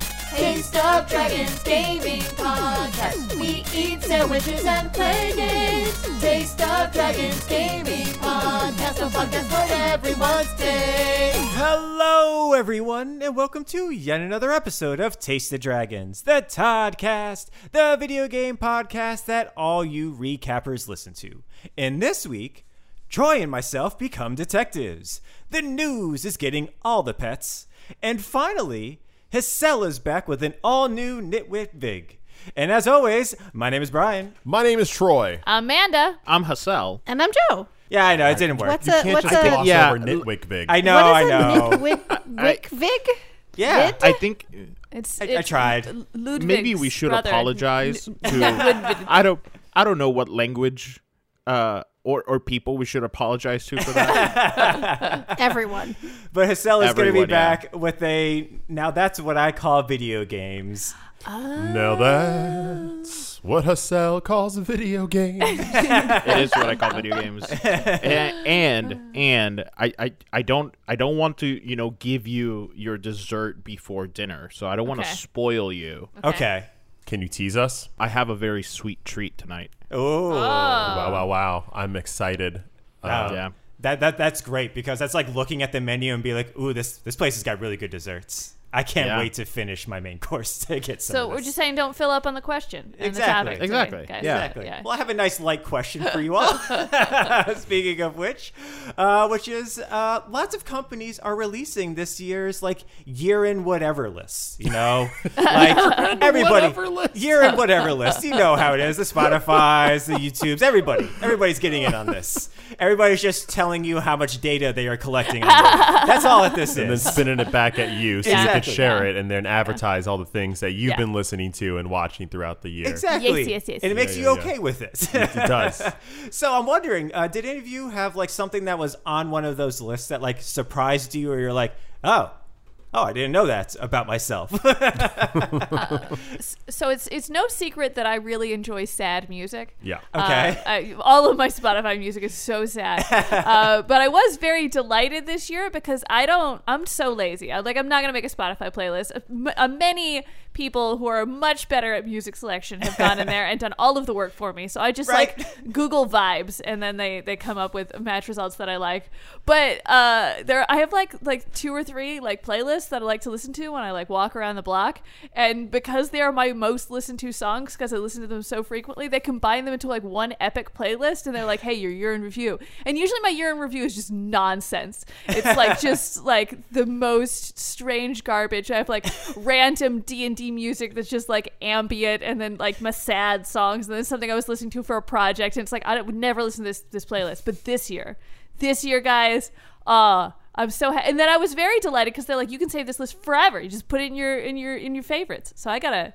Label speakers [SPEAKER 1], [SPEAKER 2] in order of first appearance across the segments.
[SPEAKER 1] Taste of Dragons Gaming Podcast. We eat sandwiches and play games. Taste of Dragons Gaming Podcast. A podcast for everyone's taste.
[SPEAKER 2] Hello, everyone, and welcome to yet another episode of Taste the Dragons, the Toddcast, the video game podcast that all you recappers listen to. And this week, Troy and myself become detectives. The news is getting all the pets. And finally, Hissel is back with an all new Nitwit Vig. And as always, my name is Brian.
[SPEAKER 3] My name is Troy.
[SPEAKER 4] Amanda.
[SPEAKER 5] I'm Hassel.
[SPEAKER 4] And I'm Joe.
[SPEAKER 2] Yeah, I know, it didn't work.
[SPEAKER 4] Uh, What's
[SPEAKER 3] you
[SPEAKER 4] a
[SPEAKER 3] can't
[SPEAKER 4] what's
[SPEAKER 3] just gloss
[SPEAKER 4] a
[SPEAKER 5] yeah.
[SPEAKER 3] over Nitwick Vig.
[SPEAKER 2] I know,
[SPEAKER 4] what
[SPEAKER 2] I
[SPEAKER 4] is
[SPEAKER 2] know.
[SPEAKER 4] a Wick, Wick Vig?
[SPEAKER 2] yeah.
[SPEAKER 4] Vid?
[SPEAKER 5] I think
[SPEAKER 4] It's,
[SPEAKER 2] I, I tried.
[SPEAKER 4] Ludwig's
[SPEAKER 5] maybe we should
[SPEAKER 4] brother.
[SPEAKER 5] apologize to I don't I don't know what language uh or or people we should apologize to for that.
[SPEAKER 4] Everyone.
[SPEAKER 2] But Hassel is going to be
[SPEAKER 5] Everyone, yeah.
[SPEAKER 2] back with a now that's what I call video games.
[SPEAKER 3] Now that's what Hassel calls a video game.
[SPEAKER 5] it is what I call video games. And and, and I, I I don't I don't want to, you know, give you your dessert before dinner. So I don't want to
[SPEAKER 4] Okay.
[SPEAKER 5] spoil you.
[SPEAKER 2] Okay.
[SPEAKER 3] Can you tease us?
[SPEAKER 5] I have a very sweet treat tonight.
[SPEAKER 2] Oh.
[SPEAKER 3] wow, wow, wow. I'm excited. Uh,
[SPEAKER 5] yeah.
[SPEAKER 2] That, that that's great because that's like looking at the menu and be like, ooh, this this place has got really good desserts. I can't
[SPEAKER 5] Yeah.
[SPEAKER 2] wait to finish my main course to get some.
[SPEAKER 1] So
[SPEAKER 2] of
[SPEAKER 1] we're
[SPEAKER 2] this."
[SPEAKER 1] just saying don't fill up on the question. And
[SPEAKER 2] Exactly.
[SPEAKER 1] The topic today,
[SPEAKER 5] Exactly.
[SPEAKER 1] Guys.
[SPEAKER 5] Yeah.
[SPEAKER 2] Exactly. Well, I have a nice light question for you all. Speaking of which, uh, which is uh, lots of companies are releasing this year's like year in whatever list. You know, like everybody
[SPEAKER 3] whatever list.
[SPEAKER 2] year in whatever list. You know how it is. The Spotify's, the YouTubes, everybody, everybody's getting in on this. Everybody's just telling you how much data they are collecting. On you. That's all that this
[SPEAKER 3] And then
[SPEAKER 2] is.
[SPEAKER 3] spinning it back at you so you could
[SPEAKER 2] Exactly.
[SPEAKER 3] share it and then advertise all the things that you've
[SPEAKER 1] Yeah.
[SPEAKER 3] been listening to and watching throughout the year.
[SPEAKER 2] Exactly.
[SPEAKER 1] Yes, yes, yes.
[SPEAKER 2] And it makes
[SPEAKER 3] yeah,
[SPEAKER 2] you
[SPEAKER 3] yeah.
[SPEAKER 2] okay with it.
[SPEAKER 3] It does.
[SPEAKER 2] So I'm wondering, uh, did any of you have like something that was on one of those lists that like surprised you, or you're like, oh, oh, I didn't know that about myself.
[SPEAKER 1] Uh, So it's it's no secret that I really enjoy sad music.
[SPEAKER 3] Yeah.
[SPEAKER 2] Okay.
[SPEAKER 1] Uh, I, all of my Spotify music is so sad. uh, but I was very delighted this year because I don't, I'm so lazy. I, like, I'm not going to make a Spotify playlist. Uh, m- uh, many people who are much better at music selection have gone in there and done all of the work for me. So I just
[SPEAKER 2] Right.
[SPEAKER 1] like Google vibes and then they, they come up with match results that I like. But uh, there, I have like, like two or three like playlists that I like to listen to when I like walk around the block. And because they are my most listened to songs, because I listen to them so frequently, they combine them into like one epic playlist and they're like, hey, your year in review. And usually my year in review is just nonsense. It's like just like the most strange garbage. I have like random D&D music that's just like ambient and then like my sad songs and then something I was listening to for a project. And it's like, I don't- would never listen to this, this playlist. But this year, this year, guys, uh, I'm so ha- and then I was very delighted because they're like, you can save this list forever. You just put it in your in your in your favorites. So I gotta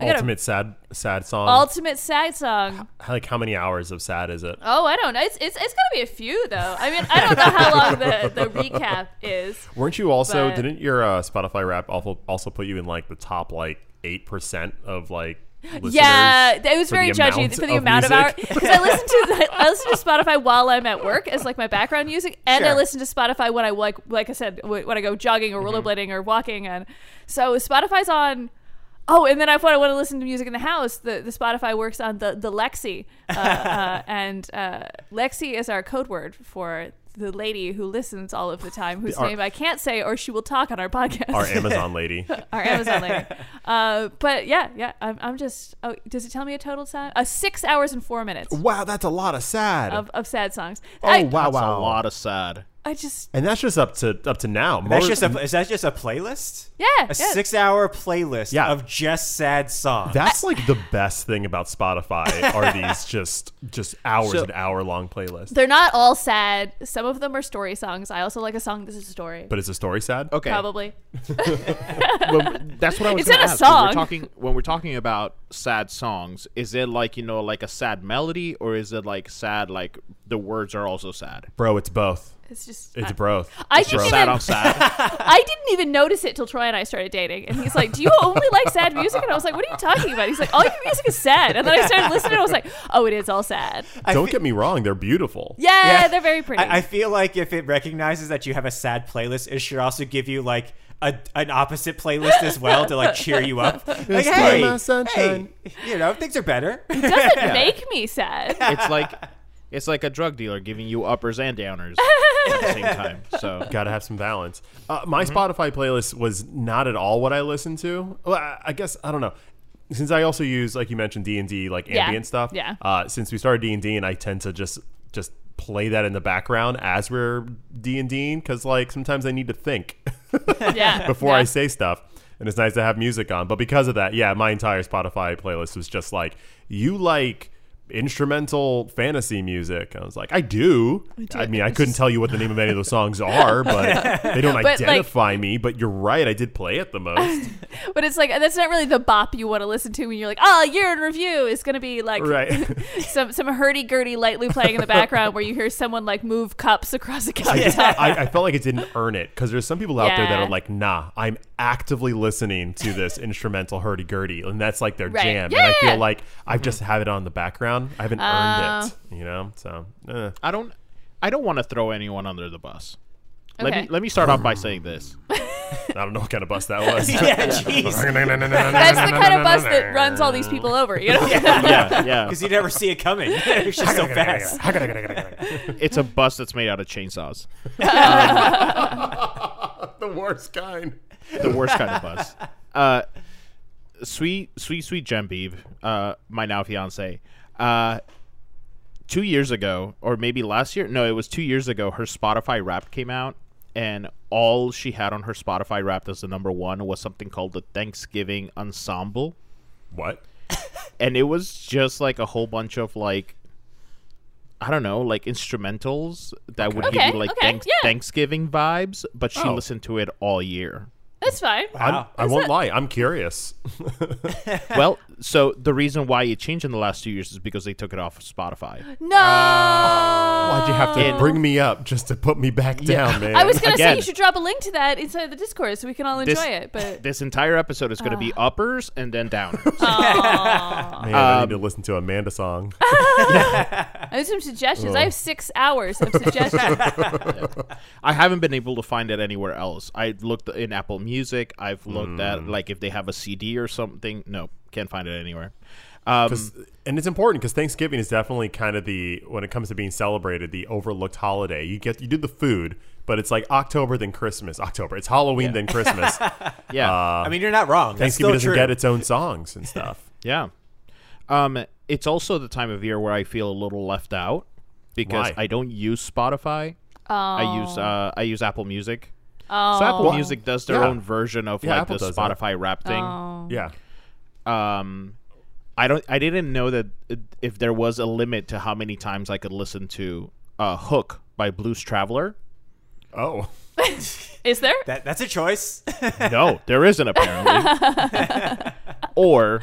[SPEAKER 1] I gotta
[SPEAKER 3] Ultimate sad sad song.
[SPEAKER 1] ultimate sad song.
[SPEAKER 3] like how many hours of sad is it?
[SPEAKER 1] Oh, I don't know. It's, it's, it's gonna be a few though. I mean, I don't know how long the, the recap is.
[SPEAKER 3] Weren't you also
[SPEAKER 1] But-
[SPEAKER 3] didn't your uh, Spotify rap also also put you in like the top like 8% of like listeners
[SPEAKER 1] Yeah, it was
[SPEAKER 3] for
[SPEAKER 1] very
[SPEAKER 3] the
[SPEAKER 1] judgy
[SPEAKER 3] amount
[SPEAKER 1] for the
[SPEAKER 3] of
[SPEAKER 1] amount
[SPEAKER 3] music?
[SPEAKER 1] of hours. Because I listen to I listen to Spotify while I'm at work as like my background music, and I
[SPEAKER 2] Sure.
[SPEAKER 1] listen to Spotify when I like like I said w- when I go jogging or
[SPEAKER 3] Mm-hmm.
[SPEAKER 1] rollerblading or walking, and so Spotify's on. Oh, and then if I want to listen to music in the house, the, the Spotify works on the the Lexi, uh, uh, and uh, Lexi is our code word for the lady who listens all of the time, whose
[SPEAKER 3] Our-
[SPEAKER 1] name I can't say, or she will talk on our podcast
[SPEAKER 3] Our Amazon lady.
[SPEAKER 1] our Amazon lady. Uh, but yeah, yeah, I'm, I'm just. Oh, does it tell me a total time? Uh, six hours and four minutes
[SPEAKER 3] Wow, that's a lot of sad.
[SPEAKER 1] of, of sad songs.
[SPEAKER 3] oh
[SPEAKER 1] I,
[SPEAKER 3] wow,
[SPEAKER 5] That's
[SPEAKER 3] wow.
[SPEAKER 5] a lot of sad.
[SPEAKER 1] I just
[SPEAKER 3] And that's just up to up to now. More,
[SPEAKER 2] That's just a, is that just a playlist?
[SPEAKER 1] yeah.
[SPEAKER 2] A
[SPEAKER 1] yeah.
[SPEAKER 2] six-hour playlist
[SPEAKER 3] Yeah.
[SPEAKER 2] of just sad songs.
[SPEAKER 3] that's like the best thing about Spotify are these just just hours
[SPEAKER 5] So-
[SPEAKER 3] and hour long playlists.
[SPEAKER 1] They're not all sad. Some of them are story songs. I also like a song. This is a story.
[SPEAKER 3] But is the story sad?
[SPEAKER 5] Okay.
[SPEAKER 1] Probably.
[SPEAKER 5] Well, that's what I was.
[SPEAKER 1] It's not
[SPEAKER 5] gonna
[SPEAKER 1] a
[SPEAKER 5] ask. When
[SPEAKER 1] song.
[SPEAKER 5] We're talking when we're talking about sad songs. Is it like you know like a sad melody, or is it like sad like the words are also sad.
[SPEAKER 3] Bro, it's both.
[SPEAKER 1] It's just
[SPEAKER 3] It's
[SPEAKER 1] I,
[SPEAKER 3] both.
[SPEAKER 1] I
[SPEAKER 3] It's
[SPEAKER 1] didn't
[SPEAKER 3] both.
[SPEAKER 1] even-
[SPEAKER 5] Sad on sad.
[SPEAKER 1] I didn't even notice it till Troy and I started dating, and he's like, "Do you only like sad music?" And I was like, "What are you talking about?" He's like, "All your music is sad," and then I started listening, and I was like, "Oh, it is all sad."
[SPEAKER 2] I
[SPEAKER 3] Don't
[SPEAKER 2] fe-
[SPEAKER 3] get me wrong, they're beautiful.
[SPEAKER 1] Yeah,
[SPEAKER 2] Yeah.
[SPEAKER 1] they're very pretty.
[SPEAKER 2] I, I feel like if it recognizes that you have a sad playlist, it should also give you like a, an opposite playlist as well to like cheer you up. Like, hey,
[SPEAKER 3] my sunshine.
[SPEAKER 2] hey, you know, things are better.
[SPEAKER 1] it doesn't make me sad.
[SPEAKER 5] It's like it's like a drug dealer giving you uppers and downers at the same time. So
[SPEAKER 3] Gotta have some balance. Uh, my
[SPEAKER 1] Mm-hmm.
[SPEAKER 3] Spotify playlist was not at all what I listened to. Well, I, I guess I don't know. Since I also use, like you mentioned, D and D, like
[SPEAKER 1] Yeah.
[SPEAKER 3] ambient stuff.
[SPEAKER 1] Yeah.
[SPEAKER 3] Uh, since we started D and D, and I tend to just just play that in the background as we're D and D, because like sometimes I need to think
[SPEAKER 1] yeah.
[SPEAKER 3] before
[SPEAKER 1] yeah.
[SPEAKER 3] I say stuff. And it's nice to have music on. But because of that, yeah, my entire Spotify playlist was just like, you like instrumental fantasy music. I was like, I do. I, mean, I couldn't tell you what the name of any of those songs are, but they don't
[SPEAKER 1] like-
[SPEAKER 3] identify me. But you're right. I did play it the most.
[SPEAKER 1] But it's like that's not really the bop you want to listen to when you're like, oh, year in review is gonna be like
[SPEAKER 3] right.
[SPEAKER 1] some some hurdy gurdy light loop playing in the background where you hear someone like move cups across a
[SPEAKER 3] I,
[SPEAKER 1] countertop.
[SPEAKER 3] just, I, I felt like it didn't earn it because there's some people out there that
[SPEAKER 1] Yeah.
[SPEAKER 3] are like, nah, I'm actively listening to this instrumental hurdy gurdy, and that's like their
[SPEAKER 1] Right.
[SPEAKER 3] jam.
[SPEAKER 1] Yeah,
[SPEAKER 3] And I
[SPEAKER 1] yeah, Mm-hmm. yeah.
[SPEAKER 3] feel like I just have it on the background. I haven't earned
[SPEAKER 1] Oh.
[SPEAKER 3] it, you know. So eh.
[SPEAKER 5] I don't I don't want to throw anyone under the bus. Let me
[SPEAKER 1] Okay.
[SPEAKER 5] let me start off by saying this.
[SPEAKER 3] I don't know what kind of bus that was.
[SPEAKER 2] yeah, jeez.
[SPEAKER 1] That's the kind of bus that runs all these people over, you know?
[SPEAKER 5] Yeah, yeah.
[SPEAKER 2] Because you never see it coming. it's just so fast.
[SPEAKER 5] It's a bus that's made out of chainsaws.
[SPEAKER 3] the worst kind.
[SPEAKER 5] the worst kind of bus. Uh, sweet, sweet, sweet Genevieve, uh, my now fiance. Uh, two years ago, or maybe last year. No, it was two years ago. Her Spotify Wrapped came out, and all she had on her Spotify Wrapped as the number one was something called the Thanksgiving Ensemble,
[SPEAKER 3] What?
[SPEAKER 5] and it was just like a whole bunch of like. I don't know, like instrumentals that would give
[SPEAKER 1] Okay,
[SPEAKER 5] you like
[SPEAKER 1] okay,
[SPEAKER 5] thanks-
[SPEAKER 1] yeah.
[SPEAKER 5] Thanksgiving vibes, but she
[SPEAKER 3] Oh.
[SPEAKER 5] listened to it all year.
[SPEAKER 1] That's fine.
[SPEAKER 3] I'm, I won't lie. I'm curious.
[SPEAKER 5] well, so the reason why it changed in the last two years is because they took it off of Spotify.
[SPEAKER 1] No.
[SPEAKER 3] Why'd you have to
[SPEAKER 5] And-
[SPEAKER 3] bring me up just to put me back down, man?
[SPEAKER 1] Um, I was gonna say
[SPEAKER 5] Again.
[SPEAKER 1] you should drop a link to that inside the Discord so we can all enjoy
[SPEAKER 5] This-
[SPEAKER 1] it, but
[SPEAKER 5] This entire episode is going to be uppers and then downers.
[SPEAKER 3] man, I need to listen to Amanda song.
[SPEAKER 1] I have some suggestions.
[SPEAKER 3] Oh.
[SPEAKER 1] I have six hours of suggestions.
[SPEAKER 5] I haven't been able to find it anywhere else. I looked in Apple Music. I've looked at
[SPEAKER 3] Mm.
[SPEAKER 5] like if they have a CD or something. No, can't find it anywhere. Um,
[SPEAKER 2] Mm.
[SPEAKER 3] and it's important because Thanksgiving is definitely kind of the when it comes to being celebrated, the overlooked holiday. You get you do the food, but it's like October then Christmas. October, it's Halloween then Christmas.
[SPEAKER 5] yeah.
[SPEAKER 3] Uh.
[SPEAKER 2] I mean, you're not wrong. That's
[SPEAKER 3] Thanksgiving
[SPEAKER 2] still
[SPEAKER 3] doesn't
[SPEAKER 2] true.
[SPEAKER 3] get its own songs and stuff.
[SPEAKER 5] Yeah. Um, it's also the time of year where I feel a little left out because
[SPEAKER 3] Why?
[SPEAKER 5] I don't use Spotify. I use uh, I use Apple Music. So Apple
[SPEAKER 3] Well,
[SPEAKER 5] Music does their
[SPEAKER 3] yeah.
[SPEAKER 5] own version of
[SPEAKER 3] Yeah,
[SPEAKER 5] like
[SPEAKER 3] Apple
[SPEAKER 5] the
[SPEAKER 3] does that.
[SPEAKER 5] Spotify rap thing.
[SPEAKER 3] yeah,
[SPEAKER 5] Um, I don't I didn't know that it- if there was a limit to how many times I could listen to uh, Hook by Blues Traveler.
[SPEAKER 3] Oh,
[SPEAKER 1] Is there?
[SPEAKER 2] That, that's a choice.
[SPEAKER 5] No, there isn't apparently. or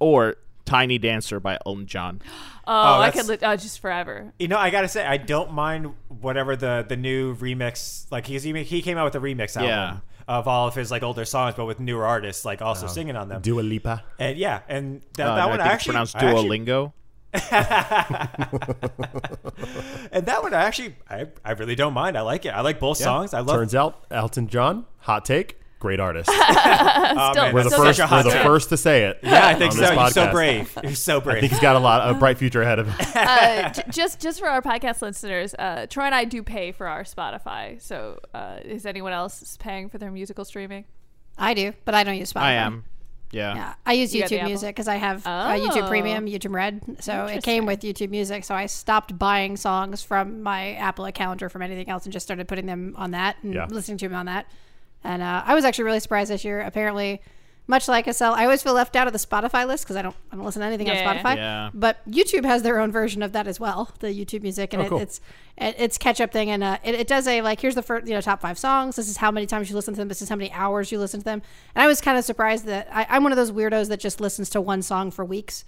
[SPEAKER 5] or Tiny Dancer by Elton John.
[SPEAKER 1] Oh, I
[SPEAKER 2] that's-
[SPEAKER 1] could li- oh, just forever.
[SPEAKER 2] You know, I gotta say, I don't mind whatever the the new remix. Like he's he he came out with a remix album
[SPEAKER 5] Yeah.
[SPEAKER 2] of all of his like older songs, but with newer artists like
[SPEAKER 3] Oh.
[SPEAKER 2] also singing on them.
[SPEAKER 3] Dua Lipa.
[SPEAKER 2] and yeah, and that,
[SPEAKER 3] Oh,
[SPEAKER 5] Uh,
[SPEAKER 2] that
[SPEAKER 5] no,
[SPEAKER 2] one
[SPEAKER 5] I think
[SPEAKER 2] I
[SPEAKER 5] it's
[SPEAKER 2] actually
[SPEAKER 5] pronounced
[SPEAKER 2] I actually-
[SPEAKER 5] Duolingo.
[SPEAKER 2] and that one I actually I, I really don't mind. I like it. I like both songs. I love.
[SPEAKER 3] Turns out Elton John, hot take, great artist.
[SPEAKER 2] oh,
[SPEAKER 1] Still-
[SPEAKER 2] man,
[SPEAKER 3] We're the
[SPEAKER 2] that's
[SPEAKER 1] So
[SPEAKER 3] first.
[SPEAKER 2] such a
[SPEAKER 3] We're
[SPEAKER 2] hot
[SPEAKER 3] the
[SPEAKER 2] take.
[SPEAKER 3] first to say it.
[SPEAKER 2] Yeah, I think
[SPEAKER 3] on
[SPEAKER 2] so.
[SPEAKER 3] this
[SPEAKER 2] You're so
[SPEAKER 3] podcast.
[SPEAKER 2] brave. You're so
[SPEAKER 3] I
[SPEAKER 2] brave.
[SPEAKER 3] think he's got a lot a bright future ahead of him.
[SPEAKER 1] Uh, j- just just for our podcast listeners, uh, Troy and I do pay for our Spotify. So uh, is anyone else paying for their musical streaming?
[SPEAKER 4] I do, but I don't use Spotify.
[SPEAKER 5] I
[SPEAKER 2] Uh-huh.
[SPEAKER 5] am. Yeah.
[SPEAKER 4] Yeah, I use
[SPEAKER 1] You got the
[SPEAKER 4] YouTube
[SPEAKER 1] Apple?
[SPEAKER 4] Music because I have uh, YouTube
[SPEAKER 1] Oh.
[SPEAKER 4] Premium, YouTube Red, so it came with YouTube Music. So I stopped buying songs from my Apple account or from anything else, and just started putting them on that and
[SPEAKER 3] Yeah.
[SPEAKER 4] listening to them on that. And uh, I was actually really surprised this year. Apparently, much like Estelle, I always feel left out of the Spotify list because I don't I don't listen to anything
[SPEAKER 1] Yeah.
[SPEAKER 4] on Spotify.
[SPEAKER 5] Yeah.
[SPEAKER 4] But YouTube has their own version of that as well, the YouTube Music, and
[SPEAKER 3] Oh, cool.
[SPEAKER 4] it, it's it, it's catch up thing, and uh, it, it does a like here's the first you know top five songs. This is how many times you listen to them. This is how many hours you listen to them. And I was kind of surprised that I, I'm one of those weirdos that just listens to one song for weeks.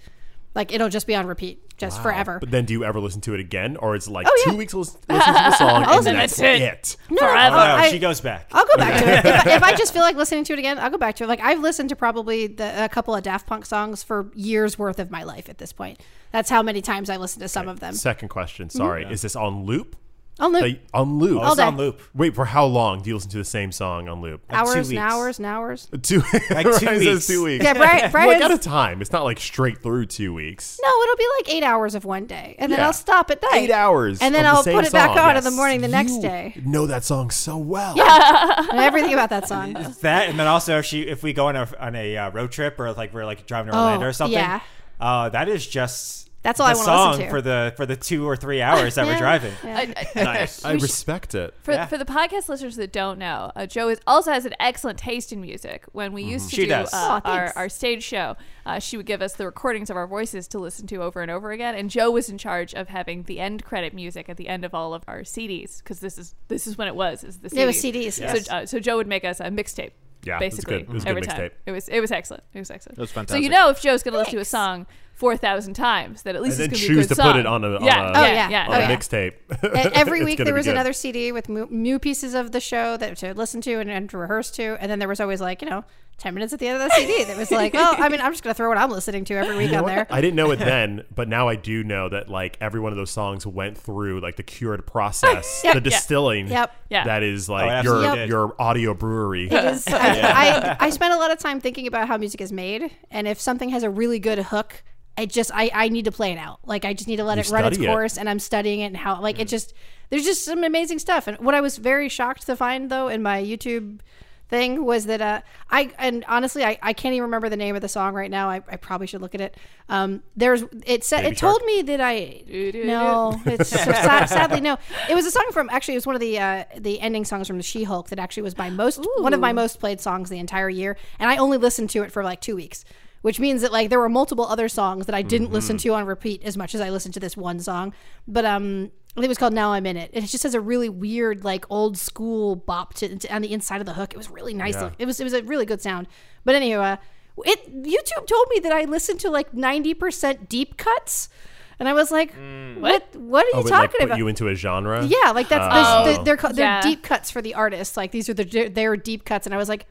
[SPEAKER 4] Like it'll just be on repeat, just forever.
[SPEAKER 3] But then do you ever listen to it again? Or it's like
[SPEAKER 4] Oh,
[SPEAKER 3] two
[SPEAKER 4] yeah.
[SPEAKER 3] weeks listen, listen to the song and
[SPEAKER 1] then
[SPEAKER 3] that's
[SPEAKER 1] that's
[SPEAKER 3] it.
[SPEAKER 1] it. Forever.
[SPEAKER 2] Oh, no,
[SPEAKER 4] I-
[SPEAKER 2] she goes back.
[SPEAKER 4] I'll go back to it. If I, if I just feel like listening to it again, I'll go back to it. Like I've listened to probably the, a couple of Daft Punk songs for years worth of my life at this point. That's how many times I listened to some of them.
[SPEAKER 3] Second question, sorry. Is this on loop?
[SPEAKER 4] On loop.
[SPEAKER 3] They- on loop.
[SPEAKER 2] Oh, it's
[SPEAKER 4] day.
[SPEAKER 2] on loop.
[SPEAKER 3] Wait, for how long do you listen to the same song on loop?
[SPEAKER 4] hours and
[SPEAKER 2] weeks.
[SPEAKER 4] hours and hours.
[SPEAKER 3] Two,
[SPEAKER 2] Like two
[SPEAKER 3] Ryan says
[SPEAKER 2] weeks.
[SPEAKER 3] two weeks.
[SPEAKER 4] Yeah,
[SPEAKER 3] like
[SPEAKER 4] Brian.
[SPEAKER 3] at a
[SPEAKER 4] Brian's-
[SPEAKER 3] time. It's not like straight through two weeks.
[SPEAKER 4] no, it'll be like eight hours of one day, and then
[SPEAKER 3] Yeah.
[SPEAKER 4] I'll stop at night.
[SPEAKER 3] Eight hours.
[SPEAKER 4] and then
[SPEAKER 3] of the
[SPEAKER 4] I'll
[SPEAKER 3] same
[SPEAKER 4] put it back
[SPEAKER 3] song.
[SPEAKER 4] on in the
[SPEAKER 3] Yes.
[SPEAKER 4] morning the next
[SPEAKER 3] You
[SPEAKER 4] day.
[SPEAKER 3] Know that song so well.
[SPEAKER 4] And everything about that song.
[SPEAKER 2] It's that, and then also if she if we go on a on a uh, road trip or like we're like driving to
[SPEAKER 4] Oh,
[SPEAKER 2] Orlando or something,
[SPEAKER 4] yeah.
[SPEAKER 2] uh, that is just
[SPEAKER 4] That's all I
[SPEAKER 2] the
[SPEAKER 4] wanna listen
[SPEAKER 2] song
[SPEAKER 4] to.
[SPEAKER 2] for the for the two or three hours that we're
[SPEAKER 4] Yeah.
[SPEAKER 2] driving.
[SPEAKER 4] Yeah.
[SPEAKER 1] I- I-
[SPEAKER 5] Nice.
[SPEAKER 3] I
[SPEAKER 1] We should-
[SPEAKER 3] respect it.
[SPEAKER 1] for,
[SPEAKER 2] Yeah.
[SPEAKER 1] for the podcast listeners that don't know, uh, Joe is, also has an excellent taste in music. When
[SPEAKER 3] Mm-hmm.
[SPEAKER 1] we used to
[SPEAKER 2] She
[SPEAKER 1] do
[SPEAKER 2] does.
[SPEAKER 1] Uh,
[SPEAKER 4] Aw,
[SPEAKER 1] our,
[SPEAKER 4] thanks.
[SPEAKER 1] our stage show, uh, she would give us the recordings of our voices to listen to over and over again. And Joe was in charge of having the end credit music at the end of all of our CDs because this is this is when it was. Is the CDs.
[SPEAKER 4] It was CDs, yes.
[SPEAKER 1] So, uh, so Joe would make us a mixtape.
[SPEAKER 3] Yeah, it's
[SPEAKER 1] basically
[SPEAKER 3] good. It was a good
[SPEAKER 1] every time.
[SPEAKER 3] mixtape.
[SPEAKER 1] It was it was excellent. It was excellent. It
[SPEAKER 5] was
[SPEAKER 1] So you
[SPEAKER 5] fantastic.
[SPEAKER 1] know if Joe's going to listen to a
[SPEAKER 4] Thanks.
[SPEAKER 1] song four thousand times, that at least
[SPEAKER 3] And
[SPEAKER 1] it's
[SPEAKER 3] then
[SPEAKER 1] gonna be a
[SPEAKER 3] choose
[SPEAKER 1] good
[SPEAKER 3] to put
[SPEAKER 1] song.
[SPEAKER 3] it on a- on
[SPEAKER 1] yeah,
[SPEAKER 3] a-
[SPEAKER 1] yeah,
[SPEAKER 4] Oh, yeah.
[SPEAKER 1] yeah,
[SPEAKER 3] on
[SPEAKER 4] Oh,
[SPEAKER 3] a
[SPEAKER 1] yeah.
[SPEAKER 4] yeah.
[SPEAKER 3] mixtape.
[SPEAKER 4] And every
[SPEAKER 3] It's
[SPEAKER 4] week
[SPEAKER 3] gonna
[SPEAKER 4] there
[SPEAKER 3] be
[SPEAKER 4] was
[SPEAKER 3] good.
[SPEAKER 4] another CD with mu- new pieces of the show that to listen to and, and to rehearse to, and then there was always like you know ten minutes at the end of the CD that was like, well, I mean, I'm just gonna throw what I'm listening to every week on there.
[SPEAKER 3] I didn't know it then, but now I do know that like every one of those songs went through like the cured process,
[SPEAKER 4] Yep.
[SPEAKER 3] the distilling.
[SPEAKER 4] Yep.
[SPEAKER 1] Yeah.
[SPEAKER 3] That is
[SPEAKER 2] Oh, it
[SPEAKER 3] like your
[SPEAKER 2] absolutely did.
[SPEAKER 3] your audio brewery.
[SPEAKER 4] It is. I, I I spend a lot of time thinking about how music is made, and if something has a really good hook, I just I I need to play it out. Like I just need to let
[SPEAKER 3] You
[SPEAKER 4] it run its
[SPEAKER 3] study it. Mm.
[SPEAKER 4] course, and I'm studying it and how like it just there's just some amazing stuff. And what I was very shocked to find though in my YouTube thing was that uh I and honestly I, I can't even remember the name of the song right now. I, I probably should look at it. Um, there's it said
[SPEAKER 3] Baby
[SPEAKER 4] it
[SPEAKER 3] Shark?
[SPEAKER 4] told me that I
[SPEAKER 1] do,
[SPEAKER 4] no it's so sad, sadly no. It was a song from actually it was one of the uh, the ending songs from the She Hulk that actually was my most one of my
[SPEAKER 1] Ooh.
[SPEAKER 4] most played songs the entire year, and I only listened to it for like two weeks, which means that like there were multiple other songs that I didn't listen to on repeat as much as I listened to this one song. But um, I think it was called "Now I'm in It," and it just has a really weird like old school bop to, to- on the inside of the hook. It was really nice. It was it was a really good sound. But anyway, uh, it YouTube told me that I listened to like ninety percent deep cuts. And I was like, "What? What are
[SPEAKER 3] Oh,
[SPEAKER 4] you
[SPEAKER 3] it like
[SPEAKER 4] talking
[SPEAKER 3] put
[SPEAKER 4] about?"
[SPEAKER 3] you into a genre.
[SPEAKER 4] Yeah, like that's
[SPEAKER 3] Oh.
[SPEAKER 4] they're, they're, ca- they're
[SPEAKER 1] Yeah.
[SPEAKER 4] deep cuts for the artists. Like these are the their deep cuts, and I was like,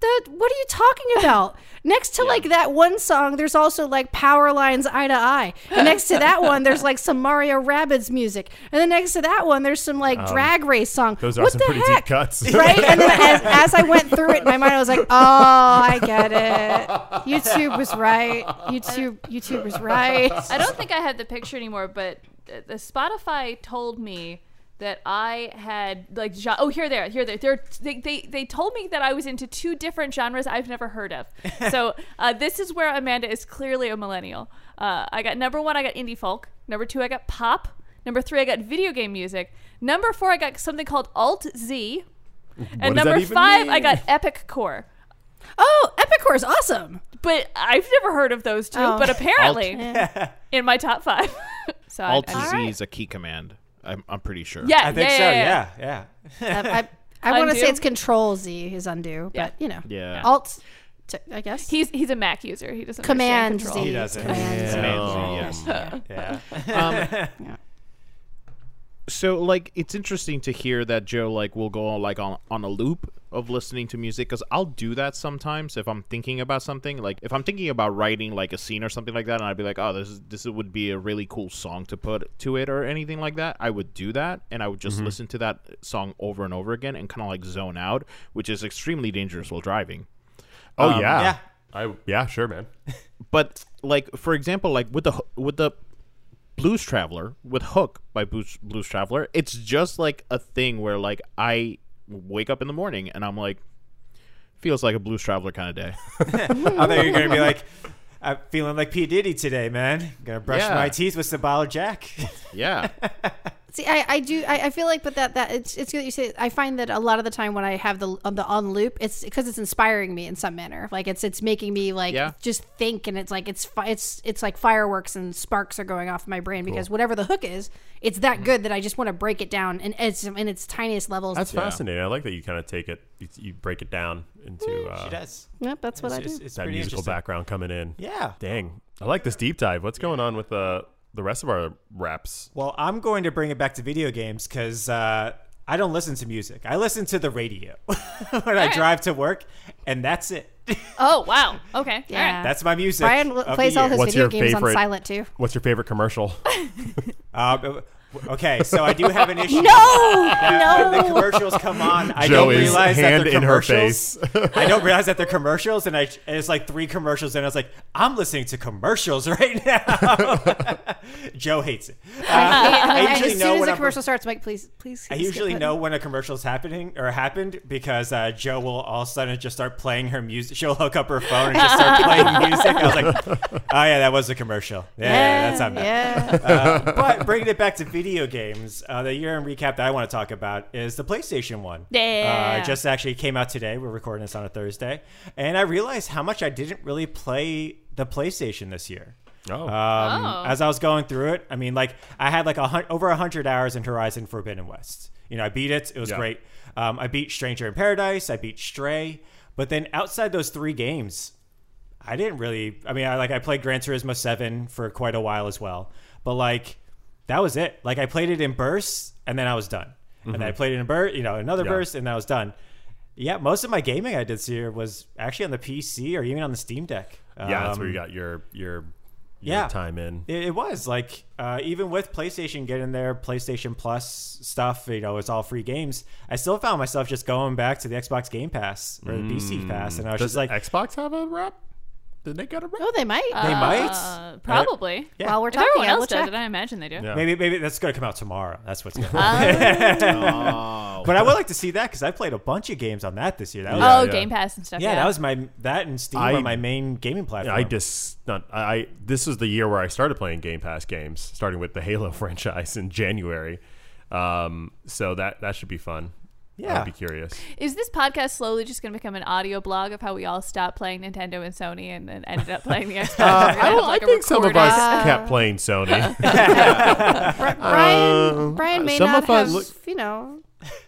[SPEAKER 4] "That what are you talking about?" next to like that one song, there's also like Power Lines Eye to Eye, and next to that one, there's like some Mario Rabbids music, and then next to that one, there's some like Drag Race song.
[SPEAKER 3] Um, Those are
[SPEAKER 4] What
[SPEAKER 3] some
[SPEAKER 4] the
[SPEAKER 3] pretty
[SPEAKER 4] heck?
[SPEAKER 3] deep cuts.
[SPEAKER 4] Right, and then as, as I went through it in my mind, I was like, "Oh, I get it. YouTube was right. YouTube, YouTube was right."
[SPEAKER 1] I don't think I had the picture anymore, but the, the Spotify told me that I had like gen- oh here there here there They're- they they they told me that I was into two different genres I've never heard of. so uh, this is where Amanda is clearly a millennial. Uh, I got number one, I got indie folk. Number two, I got pop. Number three, I got video game music. Number four, I got something called Alt Z. And
[SPEAKER 3] does that
[SPEAKER 1] number
[SPEAKER 3] even
[SPEAKER 1] five, I
[SPEAKER 3] mean?
[SPEAKER 1] got epic core.
[SPEAKER 4] Oh, Epicor is awesome.
[SPEAKER 1] But I've never heard of those two.
[SPEAKER 4] Oh.
[SPEAKER 1] But apparently, in my top five. so I-
[SPEAKER 5] Alt
[SPEAKER 1] I,
[SPEAKER 5] Z is a key command. I'm, I'm pretty sure.
[SPEAKER 1] Yeah,
[SPEAKER 2] I think
[SPEAKER 1] yeah,
[SPEAKER 2] so.
[SPEAKER 1] yeah, yeah.
[SPEAKER 2] Yeah, yeah.
[SPEAKER 4] I, I want to
[SPEAKER 1] Undo?
[SPEAKER 4] say it's Control Z is undo,
[SPEAKER 1] Yeah.
[SPEAKER 4] but you know,
[SPEAKER 5] Yeah.
[SPEAKER 4] Alt, t- I guess.
[SPEAKER 1] He's he's a Mac user. He doesn't
[SPEAKER 4] Command
[SPEAKER 1] understand
[SPEAKER 4] Z.
[SPEAKER 1] control.
[SPEAKER 2] He doesn't.
[SPEAKER 4] Command Z.
[SPEAKER 5] Command Z,
[SPEAKER 3] Yeah.
[SPEAKER 5] yes.
[SPEAKER 4] Yeah.
[SPEAKER 2] yeah.
[SPEAKER 5] so like it's interesting to hear that joe like will go like on, on a loop of listening to music because i'll do that sometimes if i'm thinking about something like if i'm thinking about writing like a scene or something like that and i'd be like oh this is, this would be a really cool song to put to it or anything like that i would do that and i would just listen to that song over and over again and kind of like zone out which is extremely dangerous while driving Um,
[SPEAKER 3] Oh yeah.
[SPEAKER 2] yeah.
[SPEAKER 3] I yeah, sure, man.
[SPEAKER 5] but like for example like with the with the blues traveler with hook by blues, blues traveler it's just like a thing where like i wake up in the morning and i'm like feels like a blues traveler kind of day
[SPEAKER 2] I thought you were gonna be like, I'm feeling like P Diddy today, man. Gonna brush
[SPEAKER 5] Yeah.
[SPEAKER 2] my teeth with some bottle Jack.
[SPEAKER 5] yeah
[SPEAKER 4] See, I, I do, I, I feel like, but that, that it's, it's good that you say, I find that a lot of the time when I have the, on the on loop, it's because it's inspiring me in some manner. Like it's, it's making me like
[SPEAKER 5] Yeah.
[SPEAKER 4] just think and it's like, it's, fi- it's, it's like fireworks and sparks are going off in my brain because whatever the hook is, it's that
[SPEAKER 2] Mm-hmm.
[SPEAKER 4] good that I just want to break it down and it's in its tiniest levels.
[SPEAKER 3] That's fascinating. I like that you kind of take it, you, you break it down into uh,
[SPEAKER 2] She does.
[SPEAKER 4] yep, that's what I do.
[SPEAKER 2] It's, it's
[SPEAKER 3] that
[SPEAKER 2] pretty
[SPEAKER 3] musical
[SPEAKER 2] interesting.
[SPEAKER 3] background coming in.
[SPEAKER 2] Yeah.
[SPEAKER 3] Dang, I like this deep dive. What's going on with the the rest of our raps?
[SPEAKER 2] Well, I'm going to bring it back to video games because uh, I don't listen to music. I listen to the radio when I
[SPEAKER 1] right.
[SPEAKER 2] drive to work, and that's it.
[SPEAKER 1] Oh wow. Okay.
[SPEAKER 4] Yeah.
[SPEAKER 1] All right.
[SPEAKER 2] That's my music.
[SPEAKER 4] Brian
[SPEAKER 2] of the
[SPEAKER 4] plays all
[SPEAKER 2] year.
[SPEAKER 4] his
[SPEAKER 3] What's
[SPEAKER 4] video
[SPEAKER 3] your
[SPEAKER 4] games
[SPEAKER 3] favorite-
[SPEAKER 4] on silent too.
[SPEAKER 3] What's your favorite commercial?
[SPEAKER 2] Um, okay, so I do have an issue.
[SPEAKER 4] No,
[SPEAKER 2] that when the commercials come on, I don't
[SPEAKER 3] Joey's
[SPEAKER 2] realize
[SPEAKER 3] hand
[SPEAKER 2] that they're
[SPEAKER 3] in her
[SPEAKER 2] commercials. I don't realize that they're commercials, and I and it's like three commercials, and I was like, I'm listening to commercials right now. Joe hates it. Uh,
[SPEAKER 4] I,
[SPEAKER 2] usually
[SPEAKER 4] as
[SPEAKER 2] know
[SPEAKER 4] soon as
[SPEAKER 2] when
[SPEAKER 4] the
[SPEAKER 2] I'm-
[SPEAKER 4] commercial starts, I'm like, please, please.
[SPEAKER 2] I
[SPEAKER 4] skip
[SPEAKER 2] usually
[SPEAKER 4] it.
[SPEAKER 2] know when a commercial's happening or happened because uh, Joe will all of a sudden just start playing her music. She'll hook up her phone and just start playing music. I was like, oh yeah, that was a commercial. Yeah, that's on me.
[SPEAKER 4] yeah.
[SPEAKER 2] Uh, but bringing it back to video games, uh, the year in recap that I want to talk about is the PlayStation one.
[SPEAKER 1] Yeah.
[SPEAKER 2] uh, just actually came out today. We're recording this on a Thursday, and I realized how much I didn't really play the PlayStation this year.
[SPEAKER 3] Oh.
[SPEAKER 2] Um,
[SPEAKER 1] Oh.
[SPEAKER 2] As I was going through it, I mean, like I had like a hun- over a hundred hours in Horizon Forbidden West. You know, I beat it. It was
[SPEAKER 3] Yeah.
[SPEAKER 2] great. Um, I beat Stranger in Paradise. I beat Stray. But then outside those three games, I didn't really. I mean, I like I played Gran Turismo Seven for quite a while as well, but like that was it. Like I played it in bursts and then I was done. And then I played it in burst, you know, another
[SPEAKER 3] Mm-hmm. Yeah.
[SPEAKER 2] burst, and then I was done. Yeah, most of my gaming I did this year was actually on the PC or even on the Steam Deck.
[SPEAKER 3] yeah, that's where
[SPEAKER 2] Um,
[SPEAKER 3] you got your your, your
[SPEAKER 2] yeah.
[SPEAKER 3] time in.
[SPEAKER 2] it, it was like uh, even with PlayStation getting their PlayStation Plus stuff, you know, it's all free games. I still found myself just going back to the Xbox Game Pass or the PC Pass, and I was
[SPEAKER 3] Does
[SPEAKER 2] just like,
[SPEAKER 3] Xbox have a rap? Did they get a rap?
[SPEAKER 4] Oh, they might.
[SPEAKER 2] they might.
[SPEAKER 1] Uh, probably.
[SPEAKER 2] Yeah.
[SPEAKER 4] While we're
[SPEAKER 1] If
[SPEAKER 4] talking,
[SPEAKER 1] everyone
[SPEAKER 4] I will
[SPEAKER 1] else does
[SPEAKER 4] check.
[SPEAKER 1] it, I imagine they do.
[SPEAKER 3] Yeah.
[SPEAKER 2] Maybe maybe that's going to come out tomorrow. That's what's going
[SPEAKER 1] Um,
[SPEAKER 2] to happen.
[SPEAKER 3] Oh.
[SPEAKER 2] But I would like to see that because I played a bunch of games on that this year. That was,
[SPEAKER 1] Oh,
[SPEAKER 3] Yeah, yeah.
[SPEAKER 1] Game Pass and stuff.
[SPEAKER 2] yeah, that was my that and Steam
[SPEAKER 3] I-
[SPEAKER 2] were my main gaming platform.
[SPEAKER 3] I just not I, I this was the year where I started playing Game Pass games, starting with the Halo franchise in January. Um, so that that should be fun.
[SPEAKER 2] Yeah.
[SPEAKER 3] I'd be curious.
[SPEAKER 1] Is this podcast slowly just going to become an audio blog of how we all stopped playing Nintendo and Sony and then ended up playing the Xbox?
[SPEAKER 5] Uh,
[SPEAKER 1] We're gonna
[SPEAKER 3] I,
[SPEAKER 1] have,
[SPEAKER 3] don't-
[SPEAKER 1] like,
[SPEAKER 3] I
[SPEAKER 1] a
[SPEAKER 3] think some of
[SPEAKER 1] recorded-
[SPEAKER 3] us kept playing Sony.
[SPEAKER 4] Bri- Brian, Brian may
[SPEAKER 5] some
[SPEAKER 4] not
[SPEAKER 5] of us-
[SPEAKER 4] have, you know.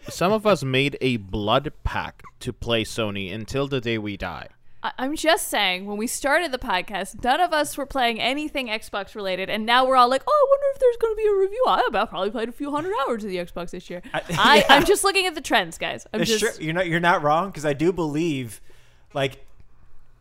[SPEAKER 5] Some of us made a blood pact to play Sony until the day we die.
[SPEAKER 1] I- I'm just saying, when we started the podcast, none of us were playing anything Xbox related, and now we're all like, "Oh, I wonder if there's going to be a review." I about probably played a few hundred hours of the Xbox this year. I, I'm just looking at the trends, guys. I'm
[SPEAKER 2] It's
[SPEAKER 1] just
[SPEAKER 2] true. You're not you're not wrong because I do believe, like,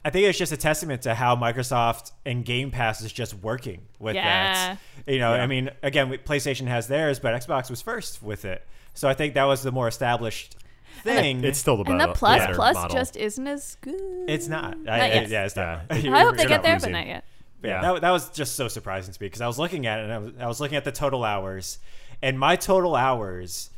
[SPEAKER 2] I think it's just a testament to how Microsoft and Game Pass is just working with
[SPEAKER 1] Yeah.
[SPEAKER 2] that. You know, I mean, again, we- PlayStation has theirs, but Xbox was first with it, so I think that was the more established thing.
[SPEAKER 3] it's still the
[SPEAKER 1] and the
[SPEAKER 3] better-
[SPEAKER 1] plus
[SPEAKER 3] better
[SPEAKER 1] plus
[SPEAKER 3] model.
[SPEAKER 1] just isn't as good.
[SPEAKER 2] it's not.
[SPEAKER 1] Not
[SPEAKER 2] I,
[SPEAKER 1] yet.
[SPEAKER 2] yeah, it's not.
[SPEAKER 3] Yeah.
[SPEAKER 1] I hope they
[SPEAKER 2] You're
[SPEAKER 1] get
[SPEAKER 2] not
[SPEAKER 1] there,
[SPEAKER 2] losing.
[SPEAKER 1] but not yet.
[SPEAKER 2] Yeah,
[SPEAKER 3] Yeah.
[SPEAKER 2] that, that was just so surprising to me because I was looking at it and I was, I was looking at the total hours, and my total hours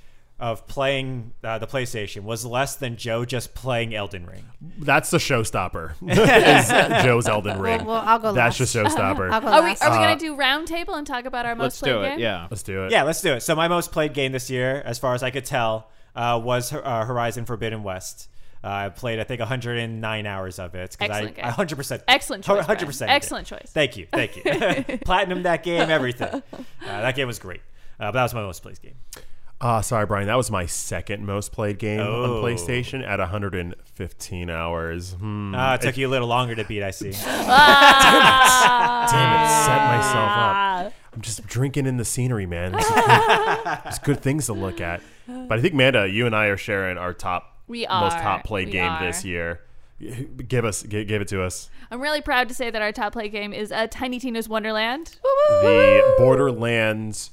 [SPEAKER 2] of playing uh, the PlayStation was less than Joe just playing Elden Ring.
[SPEAKER 3] that's the showstopper. is Joe's Elden Ring.
[SPEAKER 4] Well, I'll go
[SPEAKER 3] that's
[SPEAKER 4] last.
[SPEAKER 3] your showstopper.
[SPEAKER 4] I'll go
[SPEAKER 1] Are we
[SPEAKER 4] last.
[SPEAKER 1] are we going to do roundtable and talk about our most
[SPEAKER 5] Uh, Let's
[SPEAKER 1] played
[SPEAKER 5] do it.
[SPEAKER 1] game?
[SPEAKER 5] Yeah.
[SPEAKER 3] Let's do it.
[SPEAKER 2] Yeah, let's do it. So my most played game this year, as far as I could tell, uh, was uh, Horizon Forbidden West. Uh, I played, I think, 109 hours of it because I,
[SPEAKER 1] Excellent game.
[SPEAKER 2] I 100%.
[SPEAKER 1] Excellent choice,
[SPEAKER 2] 100%.
[SPEAKER 1] Brian.
[SPEAKER 2] did.
[SPEAKER 1] Excellent choice.
[SPEAKER 2] Thank you, thank you. Platinum that game, everything. Uh, that game was great, uh, but that was my most played game.
[SPEAKER 3] Uh, sorry, Brian. That was my second most played game
[SPEAKER 2] Oh.
[SPEAKER 3] on PlayStation at 115 hours. Hmm.
[SPEAKER 2] Uh, it took you a little longer to beat, I see.
[SPEAKER 3] Damn it, set myself
[SPEAKER 1] Ah.
[SPEAKER 3] up. I'm just drinking in the scenery, man. It's good things to look at. But I think, Manda, you and I are sharing our top,
[SPEAKER 1] We
[SPEAKER 3] most
[SPEAKER 1] are.
[SPEAKER 3] top played
[SPEAKER 1] We
[SPEAKER 3] game
[SPEAKER 1] are.
[SPEAKER 3] this year. Give us, give, give it to us.
[SPEAKER 1] I'm really proud to say that our top play game is uh, Tiny Tina's Wonderland.
[SPEAKER 3] The Borderlands